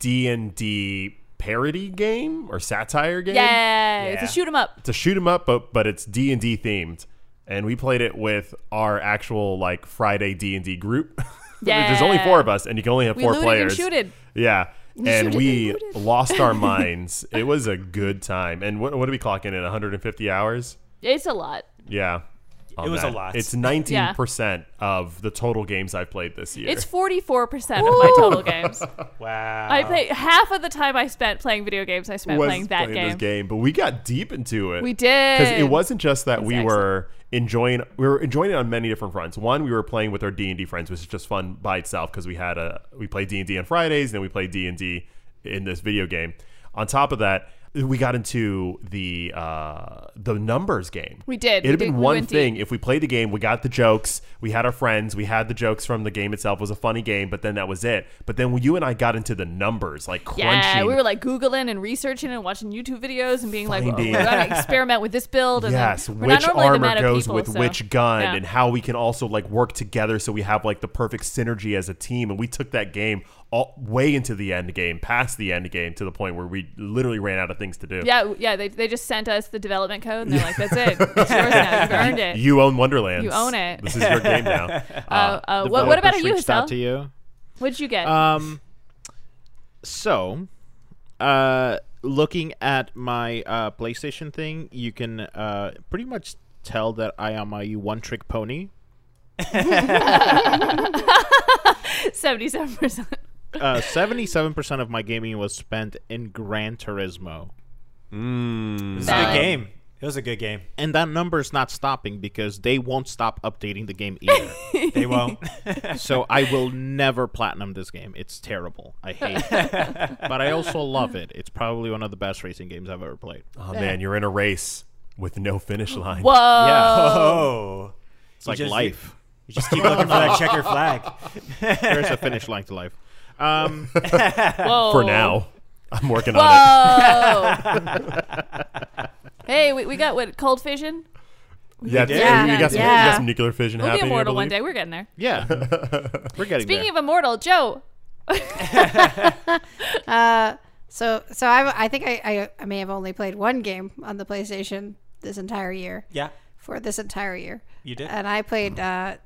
[SPEAKER 3] D and D parody game or satire game.
[SPEAKER 1] Yeah, it's a shoot 'em up.
[SPEAKER 3] It's a shoot 'em up, but but it's D and D themed, and we played it with our actual like Friday D and D group. There's only
[SPEAKER 1] Yeah.
[SPEAKER 3] four of us, and you can only have
[SPEAKER 1] We
[SPEAKER 3] four
[SPEAKER 1] looted and
[SPEAKER 3] players.
[SPEAKER 1] shooted.
[SPEAKER 3] Yeah. And
[SPEAKER 1] shooted
[SPEAKER 3] we
[SPEAKER 1] and looted.
[SPEAKER 3] lost our minds. It was a good time. And what, what are we clocking in? 150 hours?
[SPEAKER 1] It's a lot.
[SPEAKER 3] Yeah. on
[SPEAKER 2] was a lot.
[SPEAKER 3] It's 19% of the total games I've played this year.
[SPEAKER 1] It's 44% of my total games.
[SPEAKER 2] Wow.
[SPEAKER 1] I play half of the time I spent playing video games. I spent
[SPEAKER 3] was
[SPEAKER 1] playing that
[SPEAKER 3] playing
[SPEAKER 1] game.
[SPEAKER 3] this game, but we got deep into it.
[SPEAKER 1] We
[SPEAKER 3] because
[SPEAKER 1] did.
[SPEAKER 3] it wasn't just that we
[SPEAKER 1] It's
[SPEAKER 3] were enjoying. We were enjoying it on many different fronts. One, we were playing with our D and D friends, which is just fun by itself because we had a we played D and D on Fridays, and then we played D and D in this video game. On top of that, we got into the uh, the numbers game.
[SPEAKER 1] We did.
[SPEAKER 3] It'd
[SPEAKER 1] We
[SPEAKER 3] have
[SPEAKER 1] did-
[SPEAKER 3] been
[SPEAKER 1] we
[SPEAKER 3] one
[SPEAKER 1] went
[SPEAKER 3] thing if we played the game. We got the jokes. We had our friends. We had the jokes from the game itself. It was a funny game, but then that was it. But then you and I got into the numbers, like crunching.
[SPEAKER 1] Yeah, we were like googling and researching and watching YouTube videos and being like, oh,
[SPEAKER 3] Finding-
[SPEAKER 1] "We're gonna experiment with this build." And
[SPEAKER 3] yes,
[SPEAKER 1] then, we're
[SPEAKER 3] which
[SPEAKER 1] not normally the
[SPEAKER 3] armor
[SPEAKER 1] meta
[SPEAKER 3] goes
[SPEAKER 1] people,
[SPEAKER 3] with
[SPEAKER 1] so-
[SPEAKER 3] which gun,
[SPEAKER 1] Yeah.
[SPEAKER 3] and how we can also like work together so we have like the perfect synergy as a team. And we took that game all way into the end game, past the end game, to the point where we literally ran out of things to do.
[SPEAKER 1] yeah, yeah, they, they just sent us the development code and they're like, "That's it, it's yours now. You've earned it."
[SPEAKER 3] You own Wonderland.
[SPEAKER 1] You own it.
[SPEAKER 3] This is your game now.
[SPEAKER 1] uh, uh, what, what about
[SPEAKER 5] Developers
[SPEAKER 1] you,
[SPEAKER 5] reached out
[SPEAKER 1] Hassel?
[SPEAKER 5] to you?
[SPEAKER 1] What'd you get?
[SPEAKER 5] Um, so, uh, looking at my uh, PlayStation thing, you can uh, pretty much tell that I am a one-trick pony.
[SPEAKER 1] Seventy-seven percent.
[SPEAKER 5] Uh, Seventy-seven percent of my gaming was spent in Gran Turismo,
[SPEAKER 2] It was a
[SPEAKER 1] Valid.
[SPEAKER 2] good game. It was a good game.
[SPEAKER 5] and that number is not stopping because they won't stop updating the game either.
[SPEAKER 2] They won't.
[SPEAKER 5] so I will never platinum this game. It's terrible. I hate it, but I also love it. It's probably one of the best racing games I've ever played.
[SPEAKER 3] Oh man, you're in a race with no finish line.
[SPEAKER 1] Whoa.
[SPEAKER 2] Oh.
[SPEAKER 5] It's like
[SPEAKER 2] just-
[SPEAKER 5] life.
[SPEAKER 2] You just keep looking for that checker flag.
[SPEAKER 5] There's a finish line to life. Um,
[SPEAKER 1] Whoa.
[SPEAKER 3] For now, I'm working on
[SPEAKER 1] Whoa. hey, we, we got what cold fission.
[SPEAKER 3] it. Yeah,
[SPEAKER 2] did.
[SPEAKER 3] yeah, you
[SPEAKER 4] Yeah,
[SPEAKER 3] got some,
[SPEAKER 4] yeah.
[SPEAKER 3] you got some nuclear fission
[SPEAKER 1] We'll be
[SPEAKER 3] happening. I
[SPEAKER 1] immortal one
[SPEAKER 3] believe.
[SPEAKER 1] day. We're getting there.
[SPEAKER 5] yeah, we're getting
[SPEAKER 1] Speaking
[SPEAKER 5] there.
[SPEAKER 1] of immortal, Joe.
[SPEAKER 4] So, so I, I think I, I, I may have only played one game on the PlayStation this entire year.
[SPEAKER 2] Yeah.
[SPEAKER 4] For this entire year.
[SPEAKER 2] You did?
[SPEAKER 4] And I played uh,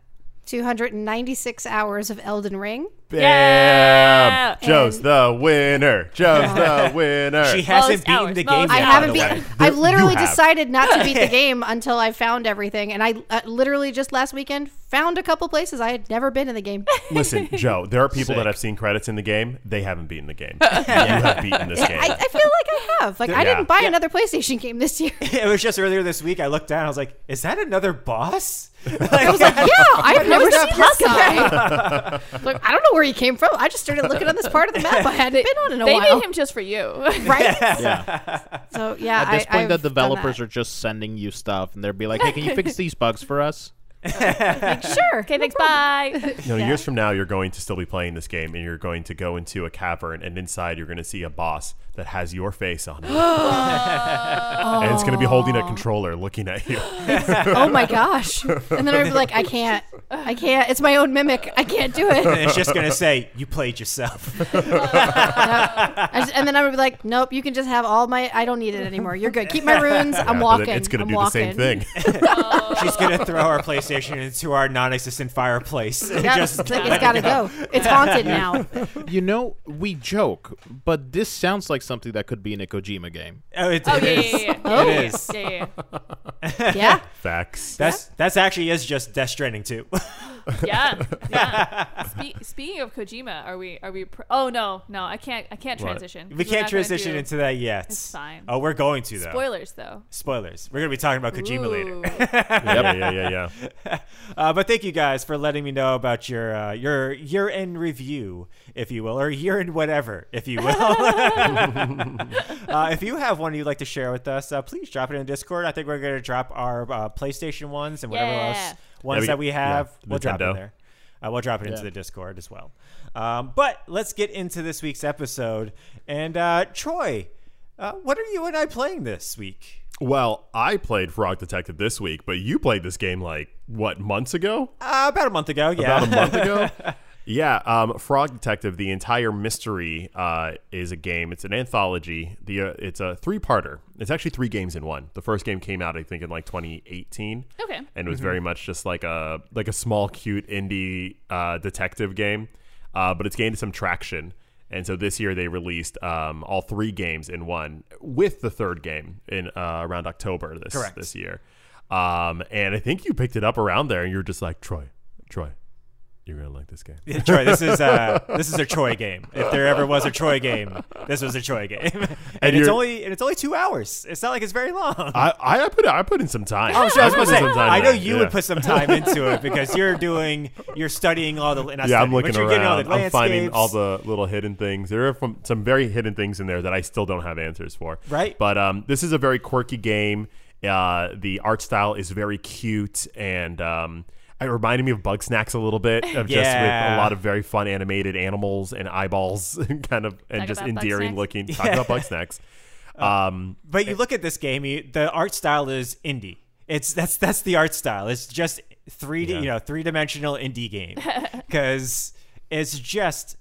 [SPEAKER 4] 296 hours of Elden Ring.
[SPEAKER 3] Bam!
[SPEAKER 1] Yeah.
[SPEAKER 3] Joe's the winner. Joe's the winner.
[SPEAKER 2] She
[SPEAKER 1] Most
[SPEAKER 2] hasn't beaten
[SPEAKER 1] hours,
[SPEAKER 2] the
[SPEAKER 1] most
[SPEAKER 2] game
[SPEAKER 4] I
[SPEAKER 1] hours.
[SPEAKER 2] yet. by
[SPEAKER 4] haven't
[SPEAKER 2] the
[SPEAKER 4] beat.
[SPEAKER 2] way.
[SPEAKER 4] I've literally
[SPEAKER 3] you have.
[SPEAKER 4] decided not to beat the game until I found everything, and I uh, literally just last weekend found a couple places I had never been in the game.
[SPEAKER 3] Listen, Joe, there are people that
[SPEAKER 5] Sick.
[SPEAKER 3] have seen credits in the game. They haven't beaten the game. You have beaten this game.
[SPEAKER 4] I, I feel like I have. Like I
[SPEAKER 3] Yeah.
[SPEAKER 4] didn't buy another PlayStation game this year.
[SPEAKER 2] It was just earlier this week. I looked down. I was like, "Is that another boss?" I was
[SPEAKER 4] yeah, I've never seen this guy. like I don't know where he came from. I just started looking on this part of the map I hadn't been on in a
[SPEAKER 2] Oh,
[SPEAKER 1] They
[SPEAKER 4] while.
[SPEAKER 1] made him just for you.
[SPEAKER 4] right.
[SPEAKER 5] Yeah.
[SPEAKER 4] So yeah,
[SPEAKER 5] At this
[SPEAKER 4] I,
[SPEAKER 5] point,
[SPEAKER 4] I've
[SPEAKER 5] the
[SPEAKER 4] done
[SPEAKER 5] developers
[SPEAKER 4] that.
[SPEAKER 5] are just sending you stuff, and they'll be like, "Hey, can you fix these bugs for us?"
[SPEAKER 4] sure.
[SPEAKER 1] okay, thanks. Bye.
[SPEAKER 3] You know, years from now, you're going to still be playing this game, and you're going to go into a cavern, and inside, you're going to see a boss that has your face on it, and it's going to be holding a controller, looking at you.
[SPEAKER 4] Oh my gosh! And then I'd be like, I can't, I can't. It's my own mimic. I can't do it.
[SPEAKER 2] and it's just gonna say, "You played yourself."
[SPEAKER 4] I just- and then I would be like, nope, you can just have all my. I don't need it anymore. You're good. Keep my runes. I'm
[SPEAKER 3] Yeah, but
[SPEAKER 4] walking.
[SPEAKER 3] it- It's going
[SPEAKER 4] I'm
[SPEAKER 3] to do the same
[SPEAKER 4] walking."
[SPEAKER 3] thing.
[SPEAKER 2] She's gonna throw our PlayStation into our non-existent fireplace. and
[SPEAKER 4] Yeah,
[SPEAKER 2] just
[SPEAKER 4] it's like, it's gotta go. It's haunted now.
[SPEAKER 5] You know, we joke, but this sounds like something that could be in a Kojima game.
[SPEAKER 2] oh, it,
[SPEAKER 1] Oh
[SPEAKER 2] it
[SPEAKER 1] yeah,
[SPEAKER 2] is.
[SPEAKER 1] yeah, yeah.
[SPEAKER 4] Oh.
[SPEAKER 1] yeah, yeah, yeah, yeah.
[SPEAKER 4] Yeah.
[SPEAKER 3] Facts.
[SPEAKER 2] That's that's actually is just Death Stranding too.
[SPEAKER 1] yeah. yeah. Spe- speaking of Kojima, are we? Are we? Pr- oh no, no, I can't. I can't
[SPEAKER 3] What?
[SPEAKER 1] transition.
[SPEAKER 2] we
[SPEAKER 1] We're
[SPEAKER 2] can't
[SPEAKER 1] not gonna
[SPEAKER 2] transition
[SPEAKER 1] do-
[SPEAKER 2] into that yet.
[SPEAKER 1] It's fine.
[SPEAKER 2] Oh, we're going to though.
[SPEAKER 1] spoilers though.
[SPEAKER 2] Spoilers. We're gonna be talking about Kojima later.
[SPEAKER 1] Ooh.
[SPEAKER 3] Yeah, yeah, yeah, yeah.
[SPEAKER 2] Uh, but thank you guys for letting me know about your uh, your year in review, if you will, or year in whatever, if you will. uh, if you have one you'd like to share with us, uh, please drop it in Discord. I think we're going to drop our uh, PlayStation ones and whatever
[SPEAKER 1] Yeah.
[SPEAKER 2] else ones
[SPEAKER 3] we-
[SPEAKER 2] that we have.
[SPEAKER 3] yeah,
[SPEAKER 2] we'll drop it
[SPEAKER 3] Nintendo.
[SPEAKER 2] there. Uh, we'll drop it into
[SPEAKER 5] Yeah.
[SPEAKER 2] the Discord as well. Um, but let's get into this week's episode. And uh, Troy, uh, what are you and I playing this week?
[SPEAKER 3] Well, I played Frog Detective this week, but you played this game like what months ago?
[SPEAKER 2] Uh, about a month ago, yeah.
[SPEAKER 3] about a month ago. Yeah, um, Frog Detective: The Entire Mystery uh, is a game. It's an anthology. The uh, it's a three-parter. It's actually three games in one. The first game came out, I think, in like 2018.
[SPEAKER 1] Okay.
[SPEAKER 3] and it was very much just like a like a small, cute indie uh, detective game. Uh, but it's gained some traction, and so this year they released um, all three games in one, with the third game in uh, around October this
[SPEAKER 2] Correct.
[SPEAKER 3] this year. Um, and I think you picked it up around there, and you're just like Troy, Troy, You're gonna like this game.
[SPEAKER 2] Yeah, Troy, this is uh, this is a Troy game. If there ever was a Troy game, this was a Troy game. and, it's
[SPEAKER 3] you're-
[SPEAKER 2] only and it's only two hours. It's not like it's very long.
[SPEAKER 3] I, I I put I put in some time.
[SPEAKER 2] Oh, sure, I was
[SPEAKER 3] put
[SPEAKER 2] going
[SPEAKER 3] in
[SPEAKER 2] to say,
[SPEAKER 3] some time
[SPEAKER 2] I know
[SPEAKER 3] in.
[SPEAKER 2] you
[SPEAKER 3] Yeah.
[SPEAKER 2] would put some time into it because you're doing, you're studying all the, and not
[SPEAKER 3] Yeah, I'm
[SPEAKER 2] studying, but
[SPEAKER 3] looking
[SPEAKER 2] you're getting all
[SPEAKER 3] around.
[SPEAKER 2] the
[SPEAKER 3] I'm finding
[SPEAKER 2] landscapes.
[SPEAKER 3] all the little hidden things. There are from, some very hidden things in there that I still don't have answers for.
[SPEAKER 2] Right.
[SPEAKER 3] But um, this is a very quirky game. Uh, the art style is very cute and. Um, it reminded me of Bug Snacks a little bit, of just with
[SPEAKER 2] Yeah.
[SPEAKER 3] a lot of very fun animated animals and eyeballs, and kind of and
[SPEAKER 1] Talk
[SPEAKER 3] just
[SPEAKER 1] about Bug
[SPEAKER 3] endearing
[SPEAKER 1] Snacks.
[SPEAKER 3] looking. Talk about Bug Snacks.
[SPEAKER 2] Uh,
[SPEAKER 3] Um,
[SPEAKER 2] But you look at this game, you, the art style is indie. It's that's that's the art style. It's just three, D
[SPEAKER 3] Yeah.
[SPEAKER 2] you know, three dimensional indie game because it's just,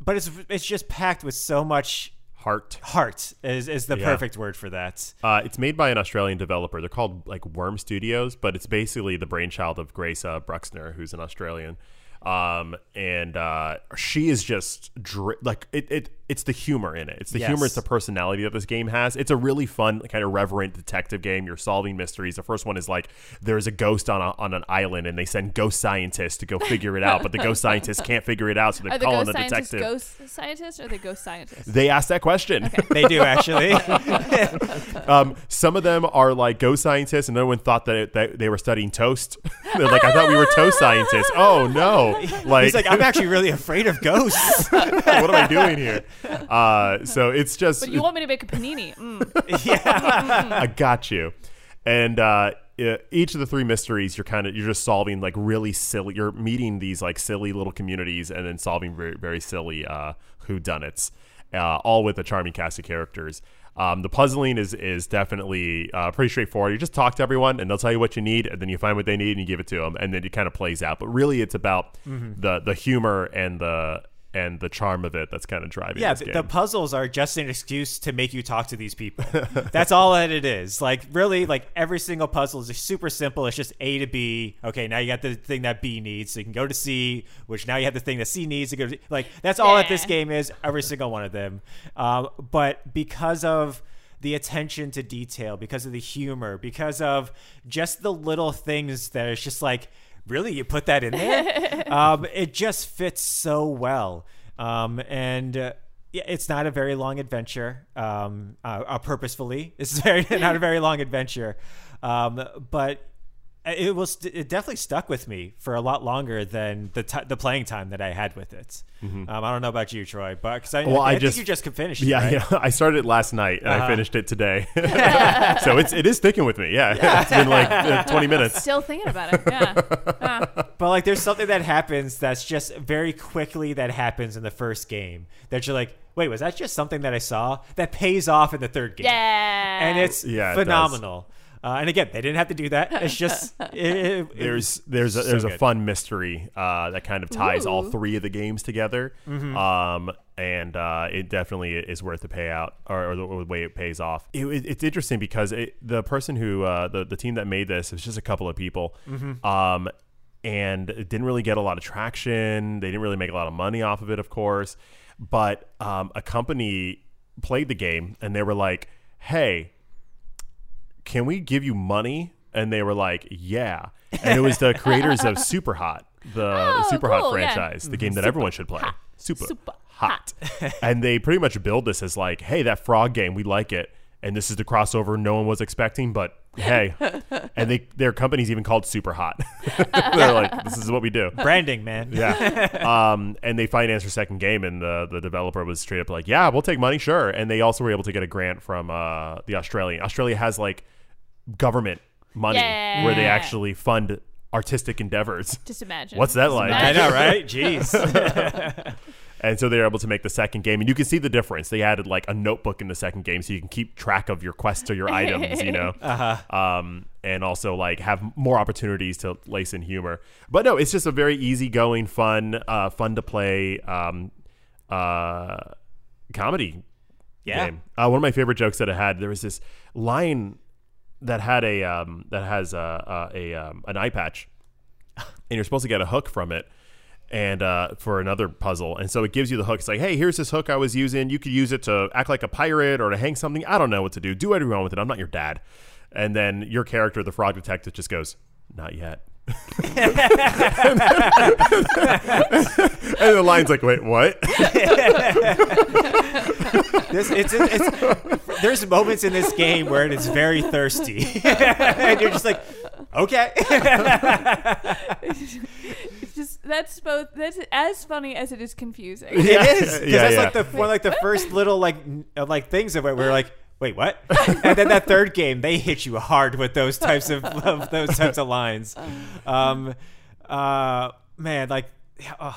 [SPEAKER 2] but it's it's just packed with so much
[SPEAKER 3] heart.
[SPEAKER 2] heart. Is is the
[SPEAKER 3] Yeah.
[SPEAKER 2] perfect word for that?
[SPEAKER 3] Uh, it's made by an Australian developer. They're called like Worm Studios, but it's basically the brainchild of Grace uh, Bruxner, who's an Australian. Um, and uh, she is just dri- like it, it. It's the humor in it. It's the
[SPEAKER 2] Yes.
[SPEAKER 3] humor. It's the personality that this game has. It's a really fun, kind of reverent detective game. You're solving mysteries. The first one is like there's a ghost on a, on an island, and they send ghost scientists to go figure it out, but the ghost scientists can't figure it out, so they're
[SPEAKER 1] Are the
[SPEAKER 3] calling
[SPEAKER 1] ghost
[SPEAKER 3] the
[SPEAKER 1] scientists
[SPEAKER 3] detective.
[SPEAKER 1] ghost scientists or the ghost scientists?
[SPEAKER 3] They ask that question.
[SPEAKER 2] They do actually.
[SPEAKER 3] Um, some of them are like ghost scientists, and another one thought that, that they were studying toast. They're like, I thought we were toast scientists. Oh no! Like,
[SPEAKER 2] He's like, I'm actually really afraid of ghosts.
[SPEAKER 3] what am I doing here? Uh, so it's just
[SPEAKER 1] But you want me to make a panini? Mm.
[SPEAKER 3] I got you. And uh, e- each of the three mysteries, you're kind of you're just solving like really silly. You're meeting these like silly little communities, and then solving very very silly uh, whodunits, uh, all with a charming cast of characters. Um, the puzzling is is definitely uh, pretty straightforward. You just talk to everyone, and they'll tell you what you need, and then you find what they need and you give it to them, and then it kind of plays out. But really, it's about
[SPEAKER 2] Mm-hmm.
[SPEAKER 3] the the humor and the and the charm of it that's kind of driving.
[SPEAKER 2] Yeah,
[SPEAKER 3] this
[SPEAKER 2] th- the
[SPEAKER 3] game.
[SPEAKER 2] puzzles are just an excuse to make you talk to these people. That's all that it is. Like really, like every single puzzle is super simple. It's just A to B. Okay, now you got the thing that B needs, so you can go to C, which now you have the thing that C needs to go to. Like that's all that this
[SPEAKER 1] Yeah.
[SPEAKER 2] game is. Every single one of them. Um, but because of the attention to detail, because of the humor, because of just the little things that it's just like. Really, you put that in there? um, it just fits so well, um, and uh, yeah, it's not a very long adventure. Um, uh, uh, purposefully, this is very not a very long adventure, um, but it will st- it definitely stuck with me for a lot longer than the ti the playing time that I had with it. Um, I don't know about you, Troy, but because I,
[SPEAKER 3] Mm-hmm. Well,
[SPEAKER 2] I,
[SPEAKER 3] I
[SPEAKER 2] think
[SPEAKER 3] just-
[SPEAKER 2] you just could finish. it,
[SPEAKER 3] Yeah,
[SPEAKER 2] right?
[SPEAKER 3] yeah. I started it last night and I finished it today. so it's it is sticking with me. Yeah, it's been like uh, 20 minutes.
[SPEAKER 1] Still thinking about it. Yeah. Yeah.
[SPEAKER 2] But like, there's something that happens that's just very quickly that happens in the first game that you're like, wait, was that just something that I saw that pays off in the third game?
[SPEAKER 1] yeah.
[SPEAKER 2] and it's
[SPEAKER 3] Yeah, it does.
[SPEAKER 2] phenomenal. uh, and again, they didn't have to do that. It's just it, it- it-
[SPEAKER 3] There's there's a, there's a
[SPEAKER 2] good.
[SPEAKER 3] fun mystery uh, that kind of ties all
[SPEAKER 1] Ooh.
[SPEAKER 3] three of the games together,
[SPEAKER 2] Mm-hmm.
[SPEAKER 3] um, and uh, it definitely is worth the payout or, or the way it pays off. It, it- it's interesting because it, the person who uh, the the team that made this is just a couple of people,
[SPEAKER 2] Mm-hmm.
[SPEAKER 3] um, and it didn't really get a lot of traction. They didn't really make a lot of money off of it, of course. But um, a company played the game and they were like, "Hey, can we give you money?" And they were like, "Yeah." And it was the creators of Super Hot, the
[SPEAKER 1] Oh,
[SPEAKER 3] Super Hot
[SPEAKER 1] cool, yeah.
[SPEAKER 3] franchise, the game that everyone should play. Super,
[SPEAKER 1] Super
[SPEAKER 3] hot. and they pretty much build this as like, "Hey, that frog game, we like it." And this is the crossover no one was expecting, but hey. and they their company's even called Super Hot. They're like, "This is what we do."
[SPEAKER 2] branding, man.
[SPEAKER 3] Yeah. um, and they financed her second game, and the, the developer was straight up like, yeah, we'll take money, sure. And they also were able to get a grant from uh, the Australian. Australia has like government money
[SPEAKER 1] Yeah.
[SPEAKER 3] where they actually fund artistic endeavors.
[SPEAKER 1] just imagine.
[SPEAKER 3] What's that
[SPEAKER 1] Just
[SPEAKER 3] like?
[SPEAKER 2] I
[SPEAKER 1] imagine.
[SPEAKER 2] know, right? Jeez.
[SPEAKER 3] And so they were able to make the second game, and you can see the difference. They added like a notebook in the second game, so you can keep track of your quests or your items, you know, uh-huh. um, and also like have more opportunities to lace in humor. But no, it's just a very easygoing, fun, uh, fun to play um, uh, comedy
[SPEAKER 2] Yeah.
[SPEAKER 3] game. Uh, one of my favorite jokes that I had there was this line that had a um, that has a, a, a um, an eye patch, and you're supposed to get a hook from it. And uh, for another puzzle, and so it gives you the hook. It's like, hey, here's this hook I was using. You could use it to act like a pirate or to hang something. I don't know what to do. Do whatever you want with it. I'm not your dad. And then your character, the frog detective, just goes, not yet. And the line's like, wait, what?
[SPEAKER 2] This, it's, it's, there's moments in this game where it is very thirsty, and you're just like, okay.
[SPEAKER 1] It's just that's both that's as funny as it is confusing.
[SPEAKER 2] It is because
[SPEAKER 3] Yeah,
[SPEAKER 2] that's
[SPEAKER 3] yeah.
[SPEAKER 2] like the one like the first little like n- uh, like things of it where we're like. Wait, what? and then that third game, they hit you hard with those types of, of those types of lines. Um, uh, man, like uh,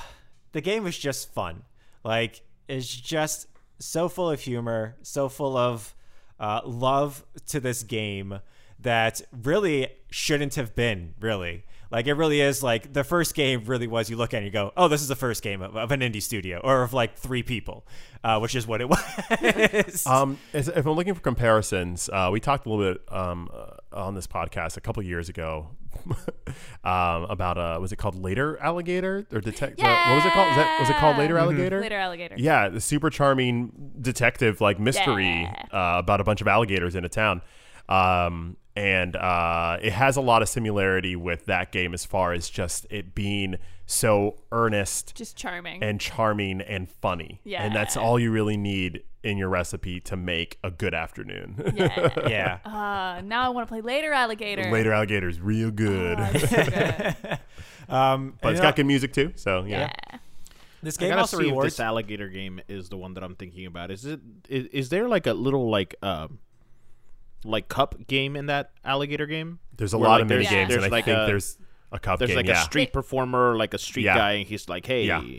[SPEAKER 2] the game was just fun. Like it's just so full of humor, so full of uh, love to this game that really shouldn't have been really like it really is like the first game really was you look at it and you go oh this is the first game of, of an indie studio or of like three people uh, which is what it was
[SPEAKER 3] Um, as- if I'm looking for comparisons, uh, we talked a little bit um, uh, on this podcast a couple years ago um, about uh, was it called Later Alligator or Detect? What was it called? Is that, was it called Later
[SPEAKER 1] Yeah.
[SPEAKER 3] Alligator?
[SPEAKER 1] Later alligator.
[SPEAKER 3] Yeah, the super charming detective like mystery uh, about a bunch of alligators in a town. Um, and uh, it has a lot of similarity with that game as far as just it being so earnest
[SPEAKER 1] Just charming.
[SPEAKER 3] and charming and funny.
[SPEAKER 1] Yeah.
[SPEAKER 3] And that's all you really need in your recipe to make a good afternoon.
[SPEAKER 1] yeah.
[SPEAKER 2] yeah
[SPEAKER 1] Uh, now I want to play later alligator.
[SPEAKER 3] Later alligators, real good.
[SPEAKER 1] Oh, it's so good.
[SPEAKER 2] um,
[SPEAKER 3] but it's got good music too. So, you know.
[SPEAKER 1] yeah.
[SPEAKER 2] this
[SPEAKER 5] I
[SPEAKER 2] game
[SPEAKER 5] gotta
[SPEAKER 2] also
[SPEAKER 5] see if
[SPEAKER 2] rewards
[SPEAKER 5] this alligator game is the one that I'm thinking about. Is it? Is, is there like a little like um, like cup game in that alligator game?
[SPEAKER 3] There's a
[SPEAKER 5] Where,
[SPEAKER 3] lot
[SPEAKER 5] like,
[SPEAKER 3] of mini
[SPEAKER 5] there's-
[SPEAKER 3] games,
[SPEAKER 5] there's
[SPEAKER 3] and I
[SPEAKER 5] like
[SPEAKER 3] think
[SPEAKER 5] a-
[SPEAKER 3] there's a cup
[SPEAKER 5] There's
[SPEAKER 3] game.
[SPEAKER 5] like
[SPEAKER 3] yeah.
[SPEAKER 5] a street performer, like a street
[SPEAKER 3] Yeah.
[SPEAKER 5] guy, and he's like, "Hey,
[SPEAKER 3] Yeah.
[SPEAKER 5] do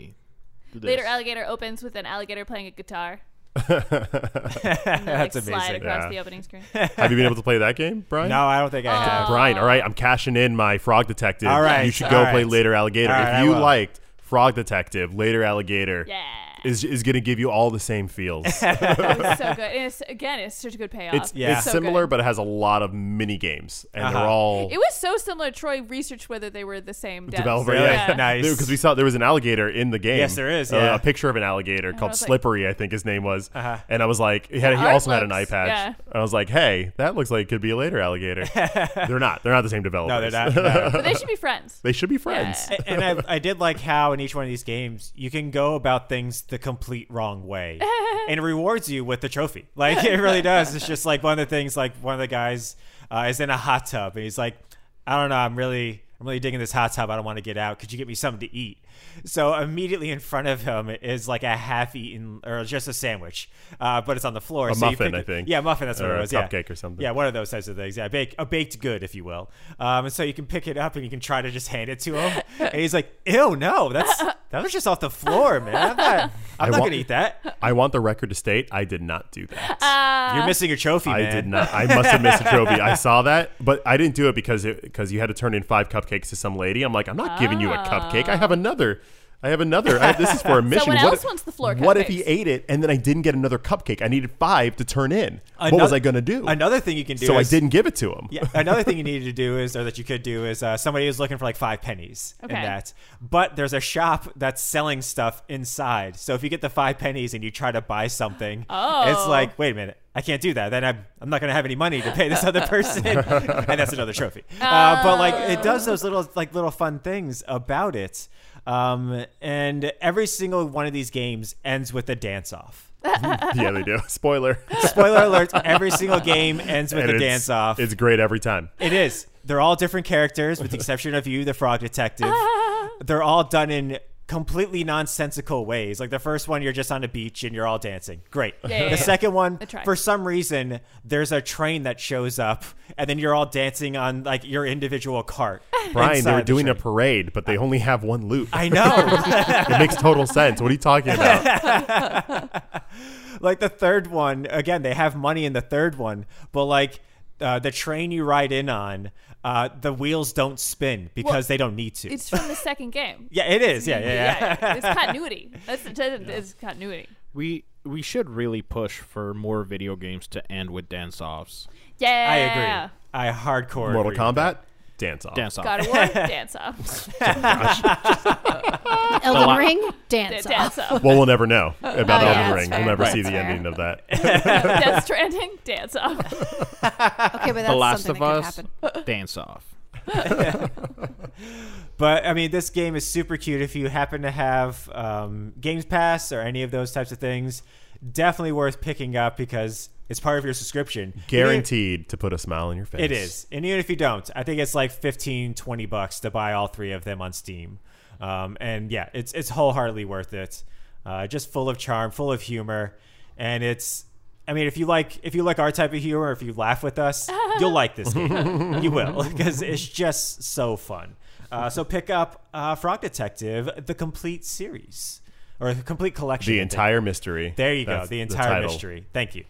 [SPEAKER 5] this.
[SPEAKER 1] Later alligator opens with an alligator playing a guitar. And they,
[SPEAKER 2] That's
[SPEAKER 1] like, Slide
[SPEAKER 2] amazing.
[SPEAKER 1] across
[SPEAKER 3] Yeah.
[SPEAKER 1] the opening screen.
[SPEAKER 3] Have you been able to play that game, Brian?
[SPEAKER 2] no i don't think i have
[SPEAKER 3] Uh, Brian, all right, I'm cashing in my Frog Detective.
[SPEAKER 2] All right,
[SPEAKER 3] you should
[SPEAKER 2] all
[SPEAKER 3] go play
[SPEAKER 2] right.
[SPEAKER 3] Later Alligator.
[SPEAKER 2] All right, I
[SPEAKER 3] if you
[SPEAKER 2] will.
[SPEAKER 3] liked Frog Detective, Later Alligator
[SPEAKER 1] Yeah.
[SPEAKER 3] is is going to give you all the same feels.
[SPEAKER 1] That was so good. And it's, again, it's such a good payoff.
[SPEAKER 3] it's
[SPEAKER 2] Yeah.
[SPEAKER 3] it's
[SPEAKER 1] So
[SPEAKER 3] similar,
[SPEAKER 1] good.
[SPEAKER 3] but it has a lot of mini games, and they're
[SPEAKER 2] Uh-huh.
[SPEAKER 3] all
[SPEAKER 1] It was so similar. Troy researched whether they were the same devs.
[SPEAKER 3] developer.
[SPEAKER 2] Really?
[SPEAKER 3] Yeah,
[SPEAKER 2] Nice.
[SPEAKER 3] because we saw there was an alligator in the game.
[SPEAKER 2] Yes, there is,
[SPEAKER 3] Uh,
[SPEAKER 2] yeah.
[SPEAKER 3] a picture of an alligator called
[SPEAKER 1] was like-
[SPEAKER 3] Slippery, I think his name was.
[SPEAKER 2] Uh-huh.
[SPEAKER 3] And I was like, he, had, he
[SPEAKER 1] Art
[SPEAKER 3] also had an eye
[SPEAKER 1] looks-
[SPEAKER 3] patch.
[SPEAKER 1] yeah.
[SPEAKER 3] I was like, hey, that looks like it could be a later alligator. they're not. They're not the same developer.
[SPEAKER 2] no they're not no.
[SPEAKER 1] But they should be friends.
[SPEAKER 3] They should be friends.
[SPEAKER 1] Yeah.
[SPEAKER 2] and I, I did like how in each one of these games you can go about things the complete wrong way and it rewards you with the trophy like it really does it's just like one of the things like one of the guys uh, is in a hot tub and he's like i don't know i'm really i'm really digging this hot tub i don't want to get out could you get me something to eat so immediately in front of him is like a half-eaten or just a sandwich uh, but it's on the floor
[SPEAKER 3] A
[SPEAKER 2] so you
[SPEAKER 3] muffin,
[SPEAKER 2] pick-
[SPEAKER 3] I think.
[SPEAKER 2] yeah muffin that's what
[SPEAKER 3] Or
[SPEAKER 2] it
[SPEAKER 3] a
[SPEAKER 2] was yeah.
[SPEAKER 3] cupcake or something.
[SPEAKER 2] yeah yeah, one of those types of things. Yeah, bake a baked good, if you will. Um, and so you can pick it up and you can try to just hand it to him. and he's like, "Ew, no, that's that was just off the floor, man. I'm not, I'm not
[SPEAKER 3] wa-
[SPEAKER 2] gonna eat that.
[SPEAKER 3] I want the record to state I did not do that.
[SPEAKER 2] You're missing your trophy,
[SPEAKER 3] I
[SPEAKER 2] man.
[SPEAKER 3] did not. I must have missed a trophy. I saw that, but I didn't do it because because you had to turn in five cupcakes to some lady. I'm like, I'm not giving you a cupcake. I
[SPEAKER 2] Oh.
[SPEAKER 3] have another. I have another. I, this is for a mission.
[SPEAKER 1] Someone
[SPEAKER 3] what
[SPEAKER 1] else
[SPEAKER 3] if,
[SPEAKER 1] wants the floor
[SPEAKER 3] What if he
[SPEAKER 1] cupcakes.
[SPEAKER 3] ate it and then I didn't get another cupcake? I needed five to turn in. what was
[SPEAKER 2] Another-
[SPEAKER 3] I gonna do?
[SPEAKER 2] Another thing you can do.
[SPEAKER 3] so I
[SPEAKER 2] is-
[SPEAKER 3] didn't give it to him.
[SPEAKER 2] Yeah, another thing you needed to do is, or that you could do is, uh, somebody was looking for like five pennies
[SPEAKER 1] Okay.
[SPEAKER 2] in that. But there's a shop that's selling stuff inside. So if you get the five pennies and you try to buy something, it's
[SPEAKER 1] Oh.
[SPEAKER 2] like, wait a minute, I can't do that. Then I'm, I'm not going to have any money to pay this other person, and that's another trophy. Uh, but like, it does those little like little fun things about it. Um, and every single one of these games ends with a dance off.
[SPEAKER 3] yeah, they do. Spoiler.
[SPEAKER 2] Spoiler alert: every single game ends with
[SPEAKER 3] And
[SPEAKER 2] a
[SPEAKER 3] it's-
[SPEAKER 2] dance off.
[SPEAKER 3] It's great every time.
[SPEAKER 2] It is. They're all different characters, with the exception of you, the frog detective. They're all done in completely nonsensical ways. Like the first one, you're just on a beach and you're all dancing. Great.
[SPEAKER 1] yeah,
[SPEAKER 2] the
[SPEAKER 1] yeah.
[SPEAKER 2] second one,
[SPEAKER 1] tracks.
[SPEAKER 2] for some reason, there's a train that shows up, and then you're all dancing on like your individual cart.
[SPEAKER 3] Brian, they
[SPEAKER 2] inside
[SPEAKER 3] were
[SPEAKER 2] the
[SPEAKER 3] doing a
[SPEAKER 2] train.
[SPEAKER 3] parade, but they only have one loop.
[SPEAKER 2] I know.
[SPEAKER 3] it makes total sense. What are you talking about?
[SPEAKER 2] like the third one again they have money in the third one but like uh, the train you ride in on uh, the wheels don't spin because they don't need to
[SPEAKER 1] It's from the second game.
[SPEAKER 2] yeah it is yeah yeah, yeah.
[SPEAKER 1] It's continuity. That's, that's it's continuity.
[SPEAKER 5] We we should really push for more video games to end with dance offs.
[SPEAKER 2] i
[SPEAKER 1] Yeah.
[SPEAKER 2] agree i hardcore
[SPEAKER 3] Mortal
[SPEAKER 2] agree.
[SPEAKER 3] Kombat? Dance off.
[SPEAKER 5] Dance off.
[SPEAKER 1] God of War, dance off.
[SPEAKER 4] Elden Ring
[SPEAKER 1] Da-
[SPEAKER 4] dance, off.
[SPEAKER 1] Dance off.
[SPEAKER 3] Well, we'll never know about
[SPEAKER 1] yeah,
[SPEAKER 3] Elden
[SPEAKER 1] that's
[SPEAKER 3] Ring.
[SPEAKER 1] fair.
[SPEAKER 3] We'll never
[SPEAKER 5] Right.
[SPEAKER 3] see the
[SPEAKER 1] That's fair.
[SPEAKER 3] ending of that.
[SPEAKER 1] Death Stranding, dance off.
[SPEAKER 4] Okay, but that's
[SPEAKER 5] the Last
[SPEAKER 4] something
[SPEAKER 5] of Us
[SPEAKER 4] that could happen.
[SPEAKER 5] dance off.
[SPEAKER 2] But I mean, this game is super cute. If you happen to have um, Games Pass or any of those types of things, definitely worth picking up because it's part of your subscription. And even-
[SPEAKER 3] Guaranteed to put a smile on your face.
[SPEAKER 2] It is. And even if you don't, I think it's like 15, 20 bucks to buy all three of them on Steam. Um, and yeah, it's it's wholeheartedly worth it. Uh, just full of charm, full of humor, and it's. I mean, if you like if you like our type of humor, if you laugh with us, you'll like this game. you will because it's just so fun. Uh, so pick up uh, Frog Detective, the complete series or the complete collection.
[SPEAKER 3] The
[SPEAKER 2] I think.
[SPEAKER 3] entire mystery.
[SPEAKER 2] There you go.
[SPEAKER 3] That's
[SPEAKER 2] The entire
[SPEAKER 3] title.
[SPEAKER 2] mystery. Thank you.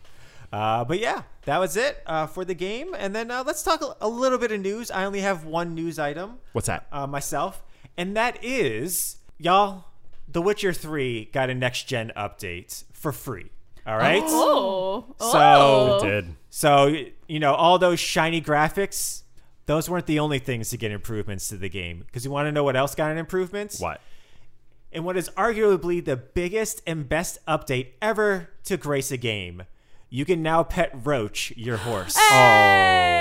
[SPEAKER 2] Uh, but yeah, that was it uh, for the game. And then uh, let's talk a- a little bit of news. I only have one news item
[SPEAKER 3] What's that?
[SPEAKER 2] uh, myself, and that is y'all. The Witcher Three got a next gen update for free. All right.
[SPEAKER 1] Oh,
[SPEAKER 2] So-
[SPEAKER 1] oh.
[SPEAKER 3] Did.
[SPEAKER 2] So y- you know all those shiny graphics. Those weren't the only things to get improvements to the game. Because you want to know what else got an improvement?
[SPEAKER 3] What?
[SPEAKER 2] in what is arguably the biggest and best update ever to grace a game. You can now pet Roach, your horse. Oh.
[SPEAKER 1] Hey!